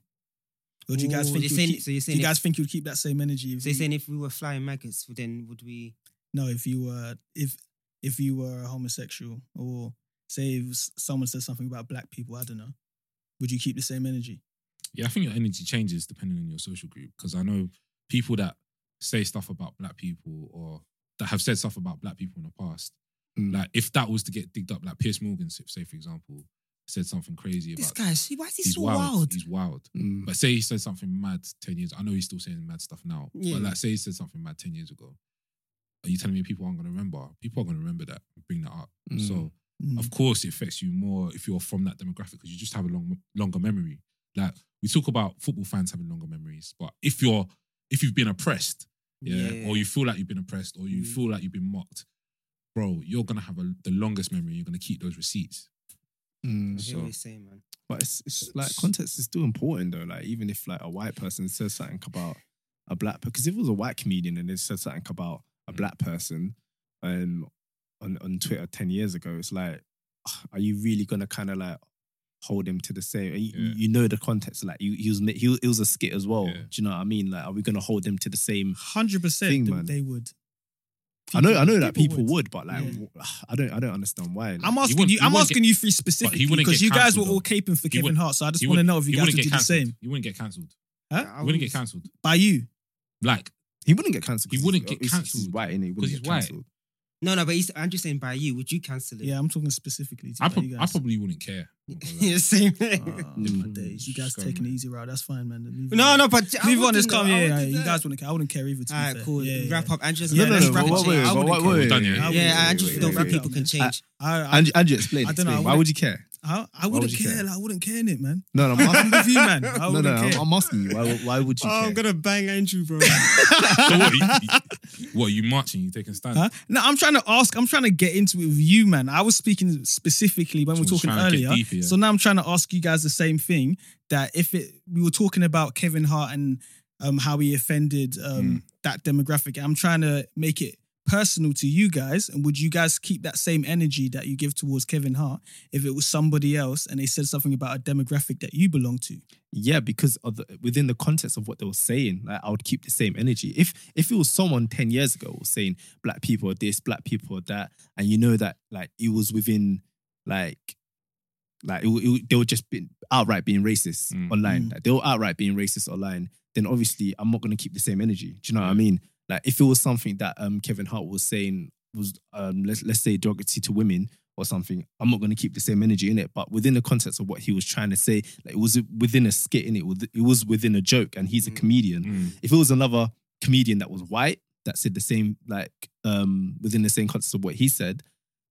S5: Or do you guys think
S3: Ooh, they're
S5: you'd
S3: saying-
S5: keep,
S3: so you're
S5: do
S3: saying
S5: you guys
S3: if,
S5: think you'd keep that same energy? If
S3: so you're
S5: you,
S3: saying if we were flying maggots, then would we?
S5: no, if you were if if you were a homosexual or say if s- someone says something about black people, I don't know, would you keep the same energy?
S1: Yeah, I think your energy changes depending on your social group. Because I know people that say stuff about black people or that have said stuff about black people in the past,
S4: Mm.
S1: Like if that was to get digged up, like Pierce Morgan, say- say for example, said something crazy
S3: This
S1: about
S3: guy, see, why is he
S1: he's
S3: so
S1: wild.
S3: wild?
S1: He's wild.
S4: Mm.
S1: But say he said something mad ten years. I know he's still saying mad stuff now.
S3: Yeah.
S1: But like say he said something mad ten years ago. Are you telling me people aren't gonna remember? People are gonna remember that. and Bring that up.
S4: Mm.
S1: So of course it affects you more if you're from that demographic because you just have a long longer memory. Like we talk about football fans having longer memories, but if you're if you've been oppressed, yeah, or you feel like you've been oppressed, or you
S3: Mm.
S1: feel like you've been mocked, bro, you're gonna have a, the longest memory. You're gonna keep those receipts.
S4: Mm.
S3: I hear what
S1: So-
S3: you're saying, man.
S4: But it's, it's like context is still important though. Like even if like a white person says something about a black because if it was a white comedian and they said something about a
S1: Mm.
S4: black person um on, on Twitter 10 years ago, it's like, are you really gonna kind of like hold him to the same? You,
S1: Yeah.
S4: you know the context. Like you, he was ma- he, was- it was a skit as well.
S1: Yeah.
S4: Do you know what I mean? Like, are we gonna hold them to
S1: (sighs)
S4: the same?
S5: Hundred
S4: Thing,
S5: percent,
S4: man.
S5: they would.
S4: I know, I know that people would, but like,
S5: Yeah.
S4: w- (sighs) I don't, I don't understand why.
S5: I'm
S1: He
S5: asking
S1: wouldn't-
S5: you.
S1: he
S5: I'm
S1: wouldn't
S5: asking you three specifically
S1: wouldn't
S5: because
S1: get
S5: you guys were
S1: cancelled,
S5: all caping for
S1: He
S5: Kevin
S1: wouldn't-
S5: Hart. So I just
S1: he
S5: want to
S1: wouldn't-
S5: know if you
S1: he
S5: guys
S1: wouldn't
S5: would do
S1: get
S5: the
S1: cancelled.
S5: same
S1: He wouldn't get cancelled.
S3: I
S1: He wouldn't get
S3: was-
S1: cancelled.
S5: by you.
S1: Like
S4: he wouldn't get cancelled.
S1: He
S4: 'cause
S1: wouldn't
S4: he's-
S1: get
S4: he's- He's
S1: cancelled
S4: white, innit? He wouldn't
S1: 'cause
S4: get
S1: he's white.
S4: cancelled.
S3: No, no, but he's, I'm just saying by you. Would you cancel it? (laughs)
S5: Yeah, I'm talking specifically to
S1: I,
S5: you
S1: prob- I
S5: guys. Ah,
S1: probably
S5: (laughs)
S1: wouldn't care. I'm not gonna lie.
S3: Yeah, same.
S5: My days. You guys
S1: Scum,
S5: taking the
S1: man.
S5: easy route. That's fine, man. Move
S3: (laughs) no,
S5: on.
S3: no, but I
S5: Move on.
S3: wouldn't
S5: It's calm.
S3: know, I
S5: Yeah, yeah.
S3: wouldn't
S5: You
S3: know.
S5: guys wouldn't care. I wouldn't care either. To
S3: All right,
S5: be fair.
S3: cool.
S5: Yeah, yeah,
S3: wrap
S5: yeah.
S3: up. Andrew's
S5: Yeah,
S3: yeah,
S5: no,
S3: let's
S5: no,
S3: wrap
S5: but
S3: it.
S5: what-
S3: Jay.
S5: wait,
S3: I
S5: but
S3: wouldn't
S5: what-
S3: care.
S5: wait,
S4: Done
S1: wait,
S4: yet.
S5: I
S1: wait,
S5: wouldn't
S3: Yeah,
S5: care.
S3: I just
S1: wait,
S3: feel
S1: wait,
S3: black
S1: wait.
S3: people can change.
S5: I, I,
S4: Andrew, Andrew, explain.
S5: I don't know,
S4: explain.
S5: I
S4: Why
S5: wouldn't-
S4: would you care?
S5: I, I
S4: would
S5: wouldn't
S4: you
S5: care.
S4: care?
S5: like, I wouldn't care in it, man.
S4: No, no, I'm
S5: I'm
S4: asking.
S5: with you, man. (laughs) I
S4: no,
S5: wouldn't
S4: no,
S5: care. Oh,
S4: I'm, I'm asking you. Why, why would you (laughs) care?
S3: Oh, gonna bang Andrew, bro.
S1: so what? You, you, what (laughs) you marching? You taking a
S5: (laughs)
S1: stand?
S5: Huh? No, I'm trying to ask. I'm trying to get into it with you, man. I was speaking specifically when we were
S1: So we're
S5: talking
S1: trying to get
S5: earlier.
S1: deep here.
S5: So now I'm trying to ask you guys the same thing. That if it, we were talking about Kevin Hart and um, how he offended
S1: Mm.
S5: um, that demographic. I'm trying to make it personal to you guys. And would you guys keep that same energy that you give towards Kevin Hart if it was somebody else and they said something about a demographic that you belong to?
S4: Yeah, because of the, within the context of what they were saying, like, I would keep the same energy. If if it was someone ten years ago saying black people are this, black people are that, and you know that like it was within like like it, wa- it, wa- they were just being outright being racist
S1: Mm.
S4: online.
S5: Mm.
S4: Like, they were outright being racist online. Then obviously I'm not gonna keep the same energy. Do you know what I mean? Like if it was something that um Kevin Hart was saying was um let's let's say derogatory to women or something, I'm not gonna keep the same energy in it. But within the context of what he was trying to say, like it was within a skit in it. It was within a joke, and he's a
S3: Mm.
S4: comedian
S1: Mm.
S4: if it was another comedian that was white that said the same like um within the same context of what he said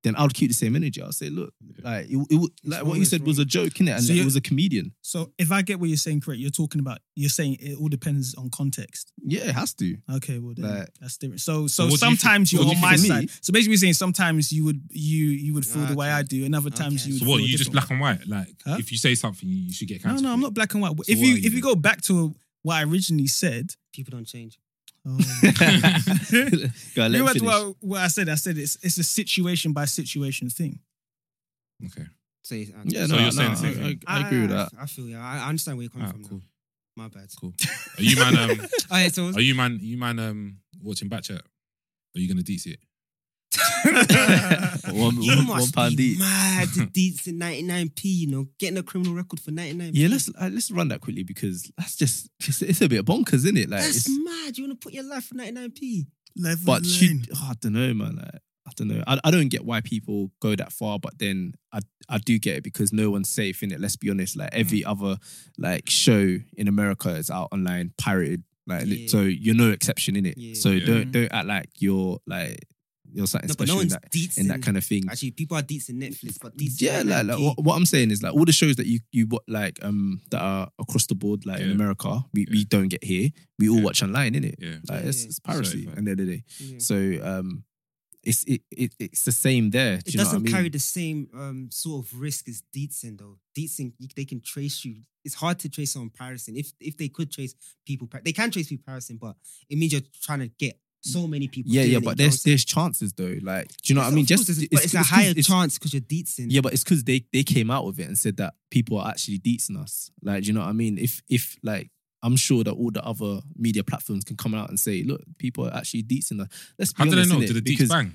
S4: then I would keep the same energy. I'll say, look, like it, it, would- like what you
S3: always
S4: said was a joke, innit? And
S5: So
S4: it
S5: you-
S4: was a comedian.
S5: So if I get what you're saying correct, you're talking about you're saying it all depends on context.
S4: Yeah, it has to. (laughs)
S5: Okay, well then
S4: Like-
S5: that's different. So so
S1: So what do you think-
S5: sometimes you
S1: what
S5: are
S1: do you
S5: on my
S4: think of me?
S5: side. So basically you're saying sometimes you would you you would feel the way
S3: Okay.
S5: I do, and other times
S3: Okay.
S5: you would
S1: So what?
S5: feel
S1: You
S5: a
S1: just
S5: different
S1: black and white? Like
S5: Huh?
S1: if you say something, you should get
S5: way.
S1: cancelled.
S5: No, no, I'm not black and white.
S1: So
S5: if
S1: what
S5: you,
S1: are you
S5: if you
S1: then?
S5: go back to what I originally said,
S3: People don't change.
S1: Oh.
S5: (laughs) um,
S4: Go, let
S5: you
S4: me
S5: went to
S4: finish.
S5: what, what I said. I said it's it's a situation by situation thing.
S1: Okay.
S3: So, yeah,
S4: Yeah,
S1: So
S4: no,
S1: you're saying
S4: no,
S1: the same
S4: I,
S1: thing.
S4: I, I agree with that.
S3: uh, I feel yeah. I I understand where you're coming
S1: Alright, cool.
S3: from. now. My bad.
S1: Cool. Are you man?
S4: (laughs)
S1: Um,
S3: All right, so
S1: are you man? You man? Um, watching back chat? Are you gonna deets it?
S4: (laughs) one,
S3: you
S4: one, one
S3: must
S4: pound
S3: be
S4: each.
S3: mad.
S4: (laughs)
S3: The deeds in 99p. You know, getting a criminal record for 99.
S4: Yeah, let's uh, let's run that quickly because that's just it's, it's a bit bonkers, isn't it? Like,
S3: That's
S4: it's,
S3: mad. You want to put your life for 99p?
S5: Level
S4: but
S5: lane.
S4: you, oh, I don't know, man. Like, I don't know. I, I don't get why people go that far, but then I I do get it because no one's safe in it. Let's be honest. Like every
S3: Mm.
S4: other like show in America is out online pirated. Like li-
S3: Yeah.
S4: so, you're no exception in it.
S3: Yeah.
S4: So
S1: Yeah.
S4: don't don't act like you're like you're something
S3: No, but
S4: special
S3: no
S4: in
S3: one's
S4: that
S3: deets
S4: in that kind of thing.
S3: Actually, people are deets in Netflix, but deets.
S4: Yeah,
S3: in
S4: like, like
S3: 99p.
S4: what, what I'm saying is like all the shows that you you wa- like um that are across the board like in
S1: Yeah.
S4: America we, we
S1: Yeah.
S4: don't get here we all
S1: Yeah.
S4: watch online innit?
S1: Yeah.
S4: like it's,
S3: Yeah.
S4: it's piracy
S1: Sorry,
S4: end of the day
S3: Yeah.
S4: so um, it's it, it it's the same there. Do
S3: It
S4: you know what
S3: doesn't
S4: I mean?
S3: carry the same um, sort of risk as Dietzen, though. Dietzen, you- they can trace you. It's hard to trace on Parison. If if they could trace people, par- they can trace people Parison, but it means you're trying to get so many people.
S4: Mm. yeah,
S3: doing
S4: yeah,
S3: it,
S4: but
S3: you know
S4: there's
S3: what I'm
S4: there's chances though. Like, do you
S3: saying?
S4: know what I mean?
S3: Of
S4: Just
S3: course, but it's, a
S4: 'cause-
S3: higher
S4: it's-
S3: chance because you're Dietzen.
S4: Yeah, but it's because they they came out with it and said that people are actually deetsing us. Like, do you know what I mean? If if like. I'm sure that all the other media platforms can come out and say, "Look, people are actually deetsing us." Let's be
S1: How do they
S4: honest,
S1: know?
S4: innit?
S1: Do the deets
S4: Because-
S1: bang?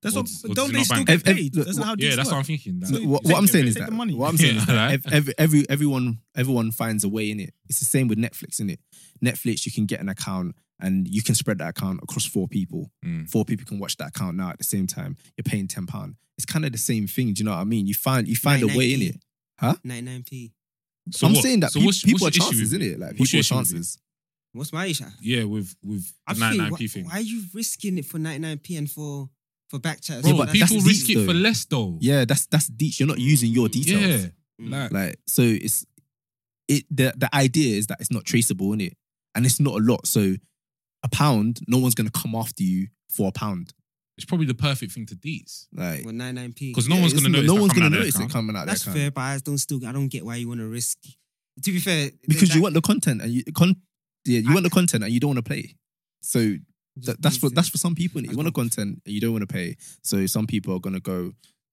S5: That's
S1: Or
S5: what.
S1: does- or does
S5: don't
S1: it
S5: they
S1: not
S5: still
S1: bank?
S5: get
S4: Ev- ev-
S5: paid?
S4: look,
S5: That's not how
S1: Yeah,
S5: deets
S1: that's
S5: work.
S1: what I'm thinking. That.
S5: So
S4: No,
S5: you
S4: what,
S5: take
S4: what I'm
S5: the-
S4: saying is
S5: take
S4: that
S5: the money.
S4: what I'm
S1: (laughs)
S4: saying is
S1: Yeah,
S4: that
S1: right.
S4: ev- every, every everyone everyone finds a way in it. It's the same with Netflix in it. Netflix, you can get an account and you can spread that account across four people.
S1: Mm.
S4: Four people can watch that account now at the same time. You're paying ten pound. It's kind of the same thing. Do you know what I mean? You find you find a way in it. Huh?
S3: 99p.
S1: So
S4: I'm
S1: what-
S4: saying that
S1: so
S4: peop-
S1: what's-
S4: people
S1: what's
S4: are
S1: your issue
S4: chances,
S1: with
S4: isn't
S1: it?
S4: it? Like
S1: What's
S4: people
S1: your
S4: are
S1: issue with it?
S4: chances.
S3: What's my issue?
S1: Yeah, with with
S3: I
S1: the
S3: feel,
S1: 99
S3: why,
S1: p thing.
S3: why are you risking it for 99p and for for back chat? as
S1: Bro,
S3: well?
S4: but
S1: people
S4: that's
S1: risk
S4: deep
S1: it for
S4: though.
S1: less though.
S4: Yeah, that's that's deep. You're not using your details.
S1: yeah.
S3: Mm.
S1: Like,
S4: Like so it's it the the idea is that it's not traceable in it and it's not a lot. So a pound, no one's gonna come after you for a pound.
S1: it's probably the perfect thing to deets
S4: Like
S3: for 99p.
S1: because no one's
S4: it's
S1: gonna notice.
S4: no
S1: that
S4: one's
S1: coming out
S4: gonna
S1: of their
S4: notice it
S1: account.
S4: coming out.
S3: That's
S4: that
S3: fair, but I don't still I don't get why you want to risk. To be fair,
S4: because you
S3: that-
S4: want the content and you con- yeah, you want the content and you don't want to play. So that, that's for that's for some people. innit? You want the content and you don't want to pay. So some people are gonna go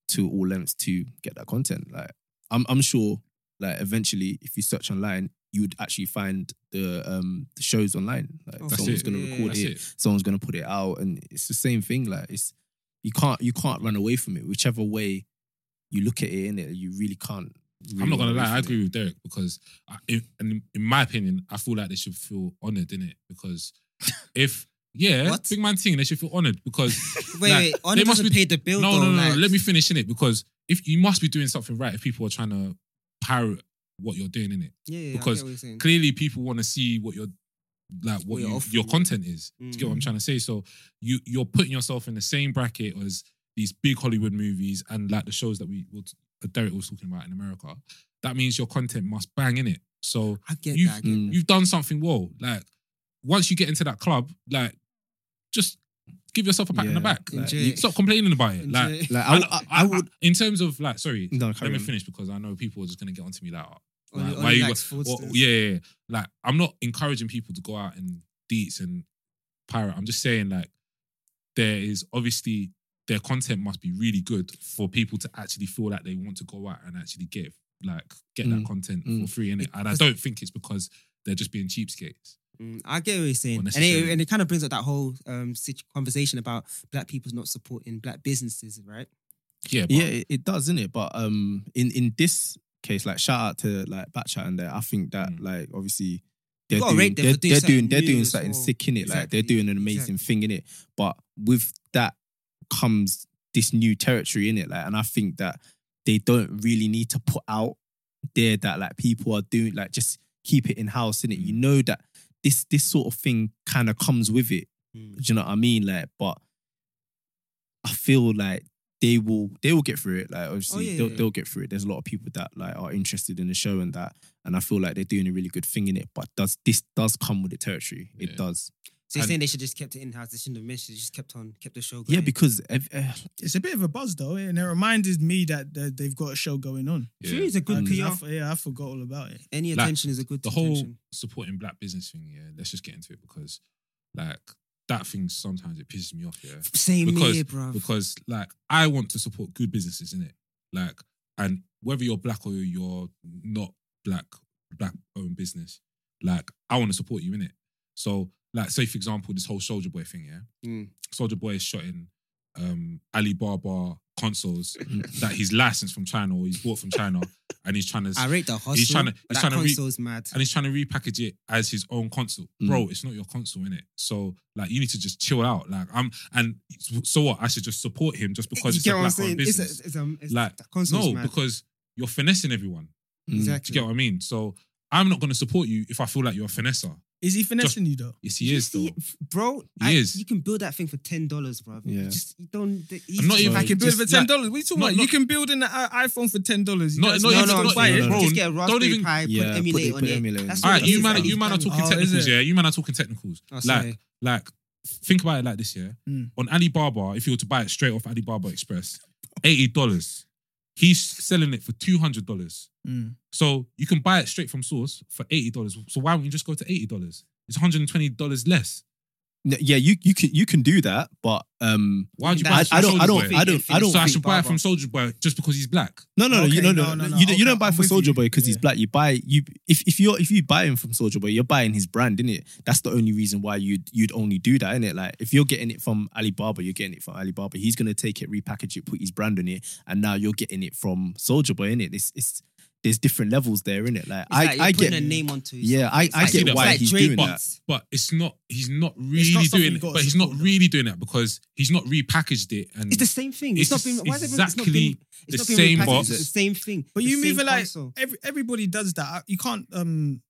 S4: to all lengths to get that content. Like I'm I'm sure like eventually if you search online, you would actually find the um the shows online. Like
S3: Oh,
S1: That's
S4: someone's
S1: it.
S4: gonna
S3: Yeah,
S4: record
S1: That's
S4: it,
S1: it.
S4: someone's gonna put it out, and it's the same thing. Like it's you can't you can't run away from it. Whichever way you look at it, in it, you really can't.
S1: I'm not gonna lie, I
S4: agree.
S1: agree with Derek because, I, in, in, in my opinion, I feel like they should feel honored in it
S3: (laughs)
S1: because if yeah,
S3: What?
S1: big man thing, they should feel honored
S3: (laughs)
S1: because
S3: wait,
S1: like,
S3: wait,
S1: they
S3: Honor
S1: must
S3: doesn't
S1: be-
S3: pay the bill.
S1: no, no,
S3: though,
S1: no,
S3: like,
S1: Let me finish in it because if you must be doing something right, if people are trying to pirate what you're doing in it,
S3: yeah, yeah, I get
S1: because
S3: what you're saying.
S1: clearly people want to see what your like what
S3: What you're
S1: you-
S3: offering,
S1: your
S3: yeah.
S1: content is. Do you get what
S4: Mm.
S1: I'm trying to say? So you you're putting yourself in the same bracket as these big Hollywood movies and like the shows that we will Derek was talking about in America. That means your content must bang in it. So
S3: I get
S1: you-
S3: that. I get
S4: Mm.
S1: you've done something well. Like once you get into that club, like just give yourself a pat on the
S4: Yeah.
S1: back.
S3: that.
S4: like,
S3: Enjoy
S4: you-
S3: it.
S1: Stop complaining about it.
S3: Enjoy (laughs)
S1: Like
S3: it.
S4: Like
S1: I,
S4: I, I, I would.
S1: in terms of like, sorry,
S4: No,
S1: let
S4: carry
S1: me
S4: on.
S1: finish because I know people are just gonna get onto me like, oh,
S3: Only-
S1: why,
S3: only
S1: why you
S3: likes
S1: go- well,
S3: fraudsters.
S1: yeah, yeah, yeah. like I'm not encouraging people to go out and deets and pirate. I'm just saying like there is obviously their content must be really good for people to actually feel like they want to go out and actually get like get that
S4: Mm.
S1: content
S4: Mm.
S1: for free in it. And I
S3: Because-
S1: don't think it's because they're just being cheapskates.
S3: Mm, I get what you're saying, and it,
S1: Unnecessary.
S3: and it kind of brings up that whole um situ- conversation about black people's not supporting black businesses, right?
S1: Yeah, but
S4: Yeah, it, it does, isn't it? But um, in in this case, like shout out to like Batchat and there. I think that
S1: Mm.
S4: like obviously they're
S3: gotta
S4: doing
S3: rate them
S4: they're,
S3: for doing something
S4: they're doing they're
S3: new
S4: doing
S3: as
S4: something
S3: well.
S4: sick in it. Like they're
S3: Exactly,
S4: doing an amazing
S3: exactly.
S4: thing in it. But with that comes this new territory in it. Like, and I think that they don't really need to put out there that like people are doing like just keep it in house in it.
S3: Mm.
S4: You know that this this sort of thing kind of comes with it.
S3: Mm.
S4: Do you know what I mean? Like, but I feel like they will they will get through it. Like obviously
S3: Oh, yeah,
S4: they'll
S3: yeah.
S4: they'll get through it. There's a lot of people that like are interested in the show and that and I feel like they're doing a really good thing in it. But does this does come with the territory.
S1: Yeah.
S4: It does.
S3: So you're
S4: And-
S3: saying they should just kept it in house. They shouldn't have mentioned. They just kept on, kept the show going.
S4: Yeah, because ev- eh,
S5: It's a bit of a buzz though, and it reminded me that uh, they've got a show going on.
S1: yeah.
S3: Sure, it's a good
S5: And
S3: PR.
S5: I f- yeah, I forgot all about it.
S3: Any
S1: Like,
S3: attention is a good
S1: the whole
S3: attention.
S1: supporting black business thing, yeah, let's just get into it because like that thing sometimes it pisses me off, yeah.
S3: Same
S1: because-
S3: here, bro.
S1: Because like I want to support good businesses, in it? Like, and whether you're black or you're not black, black owned business, like I want to support you in it. So, like, say for example, this whole Soldier Boy thing, yeah.
S3: Mm.
S1: Soldier Boy is shot in um, Alibaba consoles
S4: mm,
S1: that he's licensed from China or he's bought from China, and he's trying to
S3: (laughs) I rate the hustle.
S1: tryna- he's
S3: that
S1: tryna re-
S3: console's mad.
S1: and he's trying to repackage it as his own console. Bro, it's not your console, innit? So like you need to just chill out. Like I'm and so what? I should just support him just because
S3: you
S1: it's a
S3: get what I'm
S1: black owned
S3: saying? It's, a,
S1: business.
S3: it's, um, it's
S1: Like,
S3: that console's
S1: no,
S3: mad.
S1: because you're finessing everyone.
S4: mm.
S1: Do you
S3: exactly.
S1: get what I mean? So I'm not gonna support you if I feel like you're a finesser.
S5: Is he finessing you though?
S1: Yes, he is though.
S3: See, bro,
S1: He
S3: I-
S1: is.
S3: You can build that thing for ten dollars, bro. You
S4: Yeah.
S3: just you don't. He's
S1: I'm not
S3: just
S1: even-
S5: I
S3: like,
S5: can build it for
S1: just
S5: ten
S1: like-
S5: dollars. What are you talking
S1: Not-
S5: about? you
S1: not-
S5: can build an i- iPhone for ten dollars.
S1: Not- not even-
S3: no,
S1: not
S3: no,
S1: even-
S3: just,
S1: bro,
S3: just get a Raspberry
S1: even-
S3: Pi,
S4: Yeah,
S3: put
S4: put
S3: emulate
S4: it-
S3: on
S4: put
S3: it.
S4: emulate on
S3: That's
S4: it.
S1: All
S3: what
S1: right,
S3: it
S1: you
S3: is,
S1: man,
S3: like,
S1: you man are
S3: it's
S1: talking
S5: Oh, is
S1: technicals,
S5: it?
S1: yeah. You man are talking technicals.
S3: Oh, sorry.
S1: like, like, think about it like this, yeah.
S5: Mm.
S1: On Alibaba, if you were to buy it straight off Alibaba Express, eighty dollars. He's selling it for two hundred dollars.
S5: Mm.
S1: So you can buy it straight from source for eighty dollars. So why wouldn't you just go to eighty dollars? It's one hundred and twenty dollars less.
S4: N- yeah, you you can you can do that, but um
S1: Why would you buy
S4: I,
S1: it from
S4: I don't I
S1: Soulja
S4: don't
S1: Boy?
S4: I don't I don't
S1: so I
S4: think-
S1: should buy it from Soldier Boy just because he's black.
S4: No, no, no,
S5: Okay,
S4: you, no,
S5: no,
S4: no,
S5: no,
S4: no,
S5: no,
S4: You, don't- you
S5: okay,
S4: don't buy
S5: I'm
S4: for
S5: with
S4: Soldier
S5: you,
S4: Boy because he's
S5: yeah.
S4: black. You buy you if if you're if you buy him from Soldier Boy, you're buying his brand, innit? That's the only reason why you'd you'd only do that, innit? Like if you're getting it from Alibaba, you're getting it from Alibaba. He's gonna take it, repackage it, put his brand on it, and now you're getting it from Soldier Boy, innit? It's it's there's different levels there, innit? Like I,
S3: like you're
S4: I
S3: putting
S4: get
S3: a name onto.
S4: Yeah, I, I
S1: like-
S4: get
S1: it's
S4: why
S1: like
S4: he's
S3: Drake
S4: doing
S1: but,
S4: that.
S1: but it's not. He's not really
S5: something
S1: doing
S5: you've
S1: it.
S5: got to
S1: But he's not
S5: support, though.
S1: really doing that because he's not repackaged it. And
S3: It's the same thing.
S1: It's
S3: It's, not been. Why is it it's not
S1: exactly
S3: been, it's
S1: the
S3: not been
S1: same
S3: repackaged,
S1: box.
S3: It's the same thing.
S5: But
S3: the
S5: you
S3: same
S5: move it like
S3: console.
S5: every, everybody does that. You can't um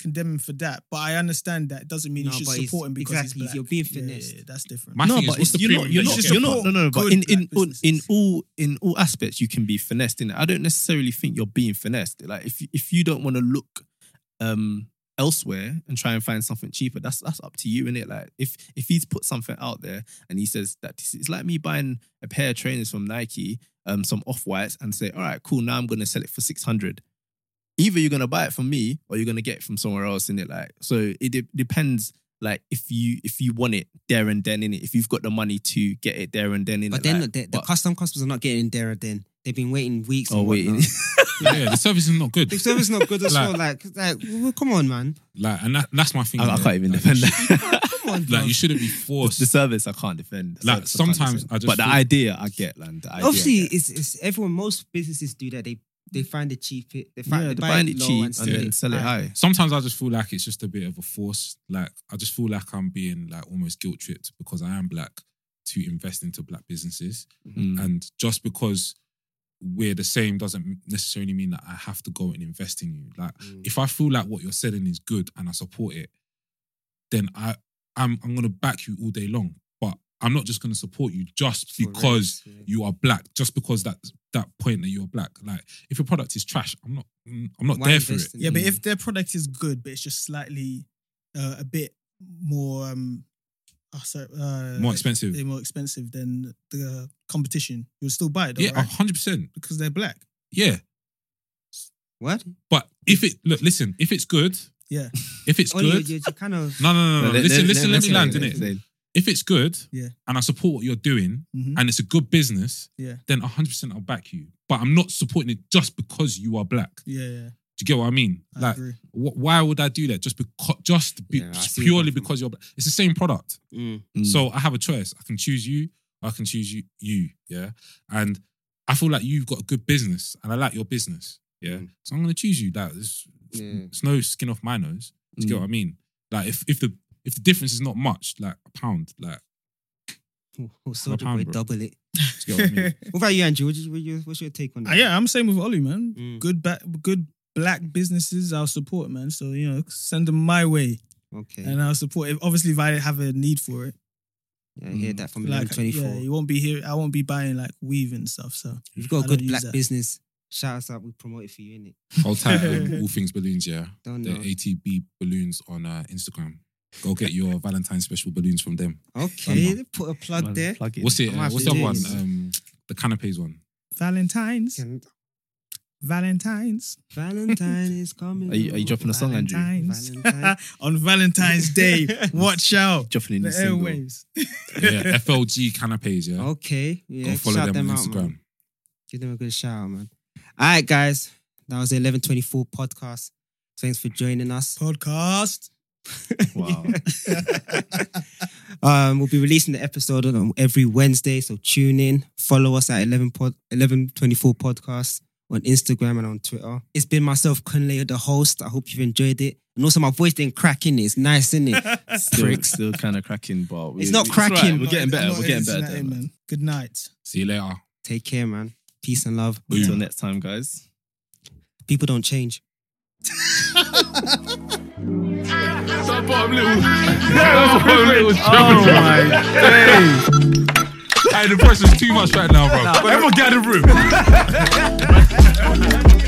S5: condemn him for that. But I understand that it doesn't mean
S3: No,
S5: you should
S3: but he's-
S5: support him because
S3: exactly,
S5: he's black.
S3: you're being
S5: Yeah, yeah,
S3: finessed.
S5: yeah, that's different.
S1: My
S4: no,
S1: thing is,
S4: but
S1: what's
S4: it's,
S1: the
S4: you're not.
S1: premium
S4: You're
S1: that
S4: not.
S1: you
S5: should
S1: get
S4: You're
S1: for
S4: not.
S5: support
S4: No, no. But
S5: good
S4: in in
S5: black
S4: all, in
S5: businesses.
S4: all in all aspects, you can be finessed. In I don't necessarily think you're being finessed. Like if if you don't want to look um elsewhere and try and find something cheaper, that's that's up to you, innit? Like if if he's put something out there and he says that this, it's like me buying a pair of trainers from Nike, um, some off whites, and say, all right, cool. Now I'm gonna sell it for six hundred. Either you're gonna buy it from me or you're gonna get it from somewhere else, innit? Like so, it de- depends like if you if you want it there and then in it, if you've got the money to get it there and then in
S3: But
S4: it,
S3: then
S4: like,
S3: the, the
S4: but-
S3: custom customers are not getting there. and Then they've been waiting weeks.
S4: oh
S3: and
S4: wait,
S3: whatnot.
S1: yeah, yeah, the service is not
S4: (laughs)
S1: good.
S3: the service not good as
S1: Like-
S3: well. Like, like, well, come on, man.
S1: Like, and that, that's my thing.
S4: I, I
S1: yeah.
S4: can't even
S1: Like, (laughs)
S4: defend
S1: you
S4: (laughs)
S1: should-
S4: that.
S3: Come on,
S1: Like
S3: bro.
S1: you shouldn't be
S4: (laughs) the,
S1: forced.
S4: the service I can't defend. The
S1: Like,
S4: service I can't
S1: sometimes
S4: defend.
S1: I just
S4: but the
S1: feel-
S4: idea I get, man. The idea I
S3: Obviously,
S4: get.
S3: it's it's everyone. Most businesses do that. They they find it cheap. They
S4: yeah,
S3: find they
S4: the
S3: buy
S4: buying
S3: it
S4: it
S3: low
S4: cheap
S3: and
S4: and
S3: sell
S4: then sell it high.
S1: Sometimes I just feel like it's just a bit of a force. Like I just feel like I'm being like almost guilt tripped because I am black to invest into black businesses,
S4: Mm.
S1: and just because we're the same doesn't necessarily mean that I have to go and invest in you. Like
S3: Mm.
S1: if I feel like what you're selling is good and I support it, then I I'm I'm gonna back you all day long. But I'm not just gonna support you just
S3: For
S1: because
S3: rent, yeah.
S1: you are black, just because that that point that you're black. Like if your product is trash, I'm not mm, I'm not
S3: Why
S1: there for it.
S3: invest in
S5: Yeah, but
S3: it?
S5: if their product is good, but it's just slightly uh, a bit more um, oh, sorry, uh,
S1: More expensive.
S5: they're more expensive than the competition, you'll still buy it, though,
S1: Yeah, oh.
S5: right?
S1: hundred percent.
S5: because they're black.
S1: Yeah,
S3: what?
S1: but if it look, listen, if it's good,
S5: Yeah.
S1: if it's
S3: Oh, you,
S1: good,
S3: you, you
S1: (laughs)
S3: kind of
S1: no, no, no, no.
S4: But let-
S1: listen,
S4: let-
S1: listen,
S4: let-
S1: let, me land
S4: let's
S1: in
S4: say-
S1: it.
S4: let's say-
S1: If it's good,
S5: Yeah.
S1: and I support what you're doing,
S5: Mhm.
S1: and it's a good business,
S5: Yeah.
S1: then hundred percent I'll back you. But I'm not supporting it just because you are black. Do
S5: Yeah, yeah,
S1: you get what I mean?
S5: I
S1: like,
S5: agree.
S1: wh- why would I do that? Just because, just, be-
S3: Yeah, I see
S1: just
S3: where
S1: purely
S3: you're coming
S1: because you're black. It's the same product.
S3: Mm.
S4: Mm.
S1: So I have a choice. I can choose you. I can choose you. You, yeah. And I feel like you've got a good business, and I like your business, yeah.
S3: Mm.
S1: So I'm gonna choose you. That it's,
S3: Yeah.
S1: it's no skin off my nose. Do
S3: Mm.
S1: you get what I mean? Like if if the if the difference is not much, like a pound, like
S3: oh, oh, soda
S1: pound,
S3: boy
S1: bro.
S3: double it.
S1: do you get what I mean?
S3: What about you, Andrew? What you, what you, what's your take
S5: (laughs)
S3: on
S5: Uh,
S3: that?
S5: yeah, I'm same with Ollie, man.
S3: Mm.
S5: Good, ba- good black businesses, I'll support, man. So you know, send them my way,
S3: Okay.
S5: and I'll support. If, obviously, if I have a need for it,
S3: Yeah, I hear that from
S5: like yeah,
S3: 24.
S5: you won't be here. I won't be buying like weave and stuff. So
S3: You've got
S5: I
S3: a
S5: don't
S3: good
S5: use
S3: black
S5: that.
S3: business. Shout us out. We promote it for you, innit?
S1: Hold tight,
S3: (laughs)
S1: um, all things balloons, yeah.
S3: Don't
S1: The
S3: know.
S1: ATB balloons on uh, Instagram. Go get your Valentine's special balloons from them.
S3: Okay,
S1: Done,
S3: put a plug
S4: Man,
S3: there.
S4: plug it.
S1: What's it?
S3: I might
S1: Uh,
S3: have
S1: what's the
S3: to
S1: other
S3: do
S1: one?
S3: this.
S1: Um, the canapes one.
S5: Valentine's,
S3: Can-
S5: Valentine's.
S3: Valentine is coming.
S4: Are you- are you dropping a song, Andrew?
S5: Valentine's. (laughs)
S3: Valentine.
S5: on Valentine's
S4: (laughs)
S5: Day. Watch out.
S4: Dropping in
S5: The
S4: the single.
S5: airwaves.
S3: (laughs)
S1: Yeah, FLG canapes, yeah.
S3: Okay, Oh, yeah.
S1: Go follow
S3: shout
S1: them on
S3: out, man.
S1: Instagram.
S3: Give them a good shout, out, man. All right, guys. That was the 1124 podcast. Thanks for joining us.
S5: Podcast.
S4: Wow.
S3: um, we'll be releasing the episode on every Wednesday, so tune in. Follow us at 11 pod, 1124 podcast on Instagram and on Twitter. It's been myself, Conley, the host. I hope you've enjoyed it. And also, my voice didn't crack in it. (laughs) It's nice, isn't it?
S4: Still, still kind of cracking, but we-
S3: It's not
S4: all right.
S3: cracking.
S4: We're getting better.
S5: I'm not
S4: We're getting
S5: editing
S4: better.
S5: that
S4: there,
S5: in,
S4: man.
S5: man. Good night.
S1: See you later.
S3: Take care, man. Peace and love.
S4: Until next time, guys.
S3: People don't change.
S1: Hey, the pressure's too much right now, bro. Everyone get out of the room.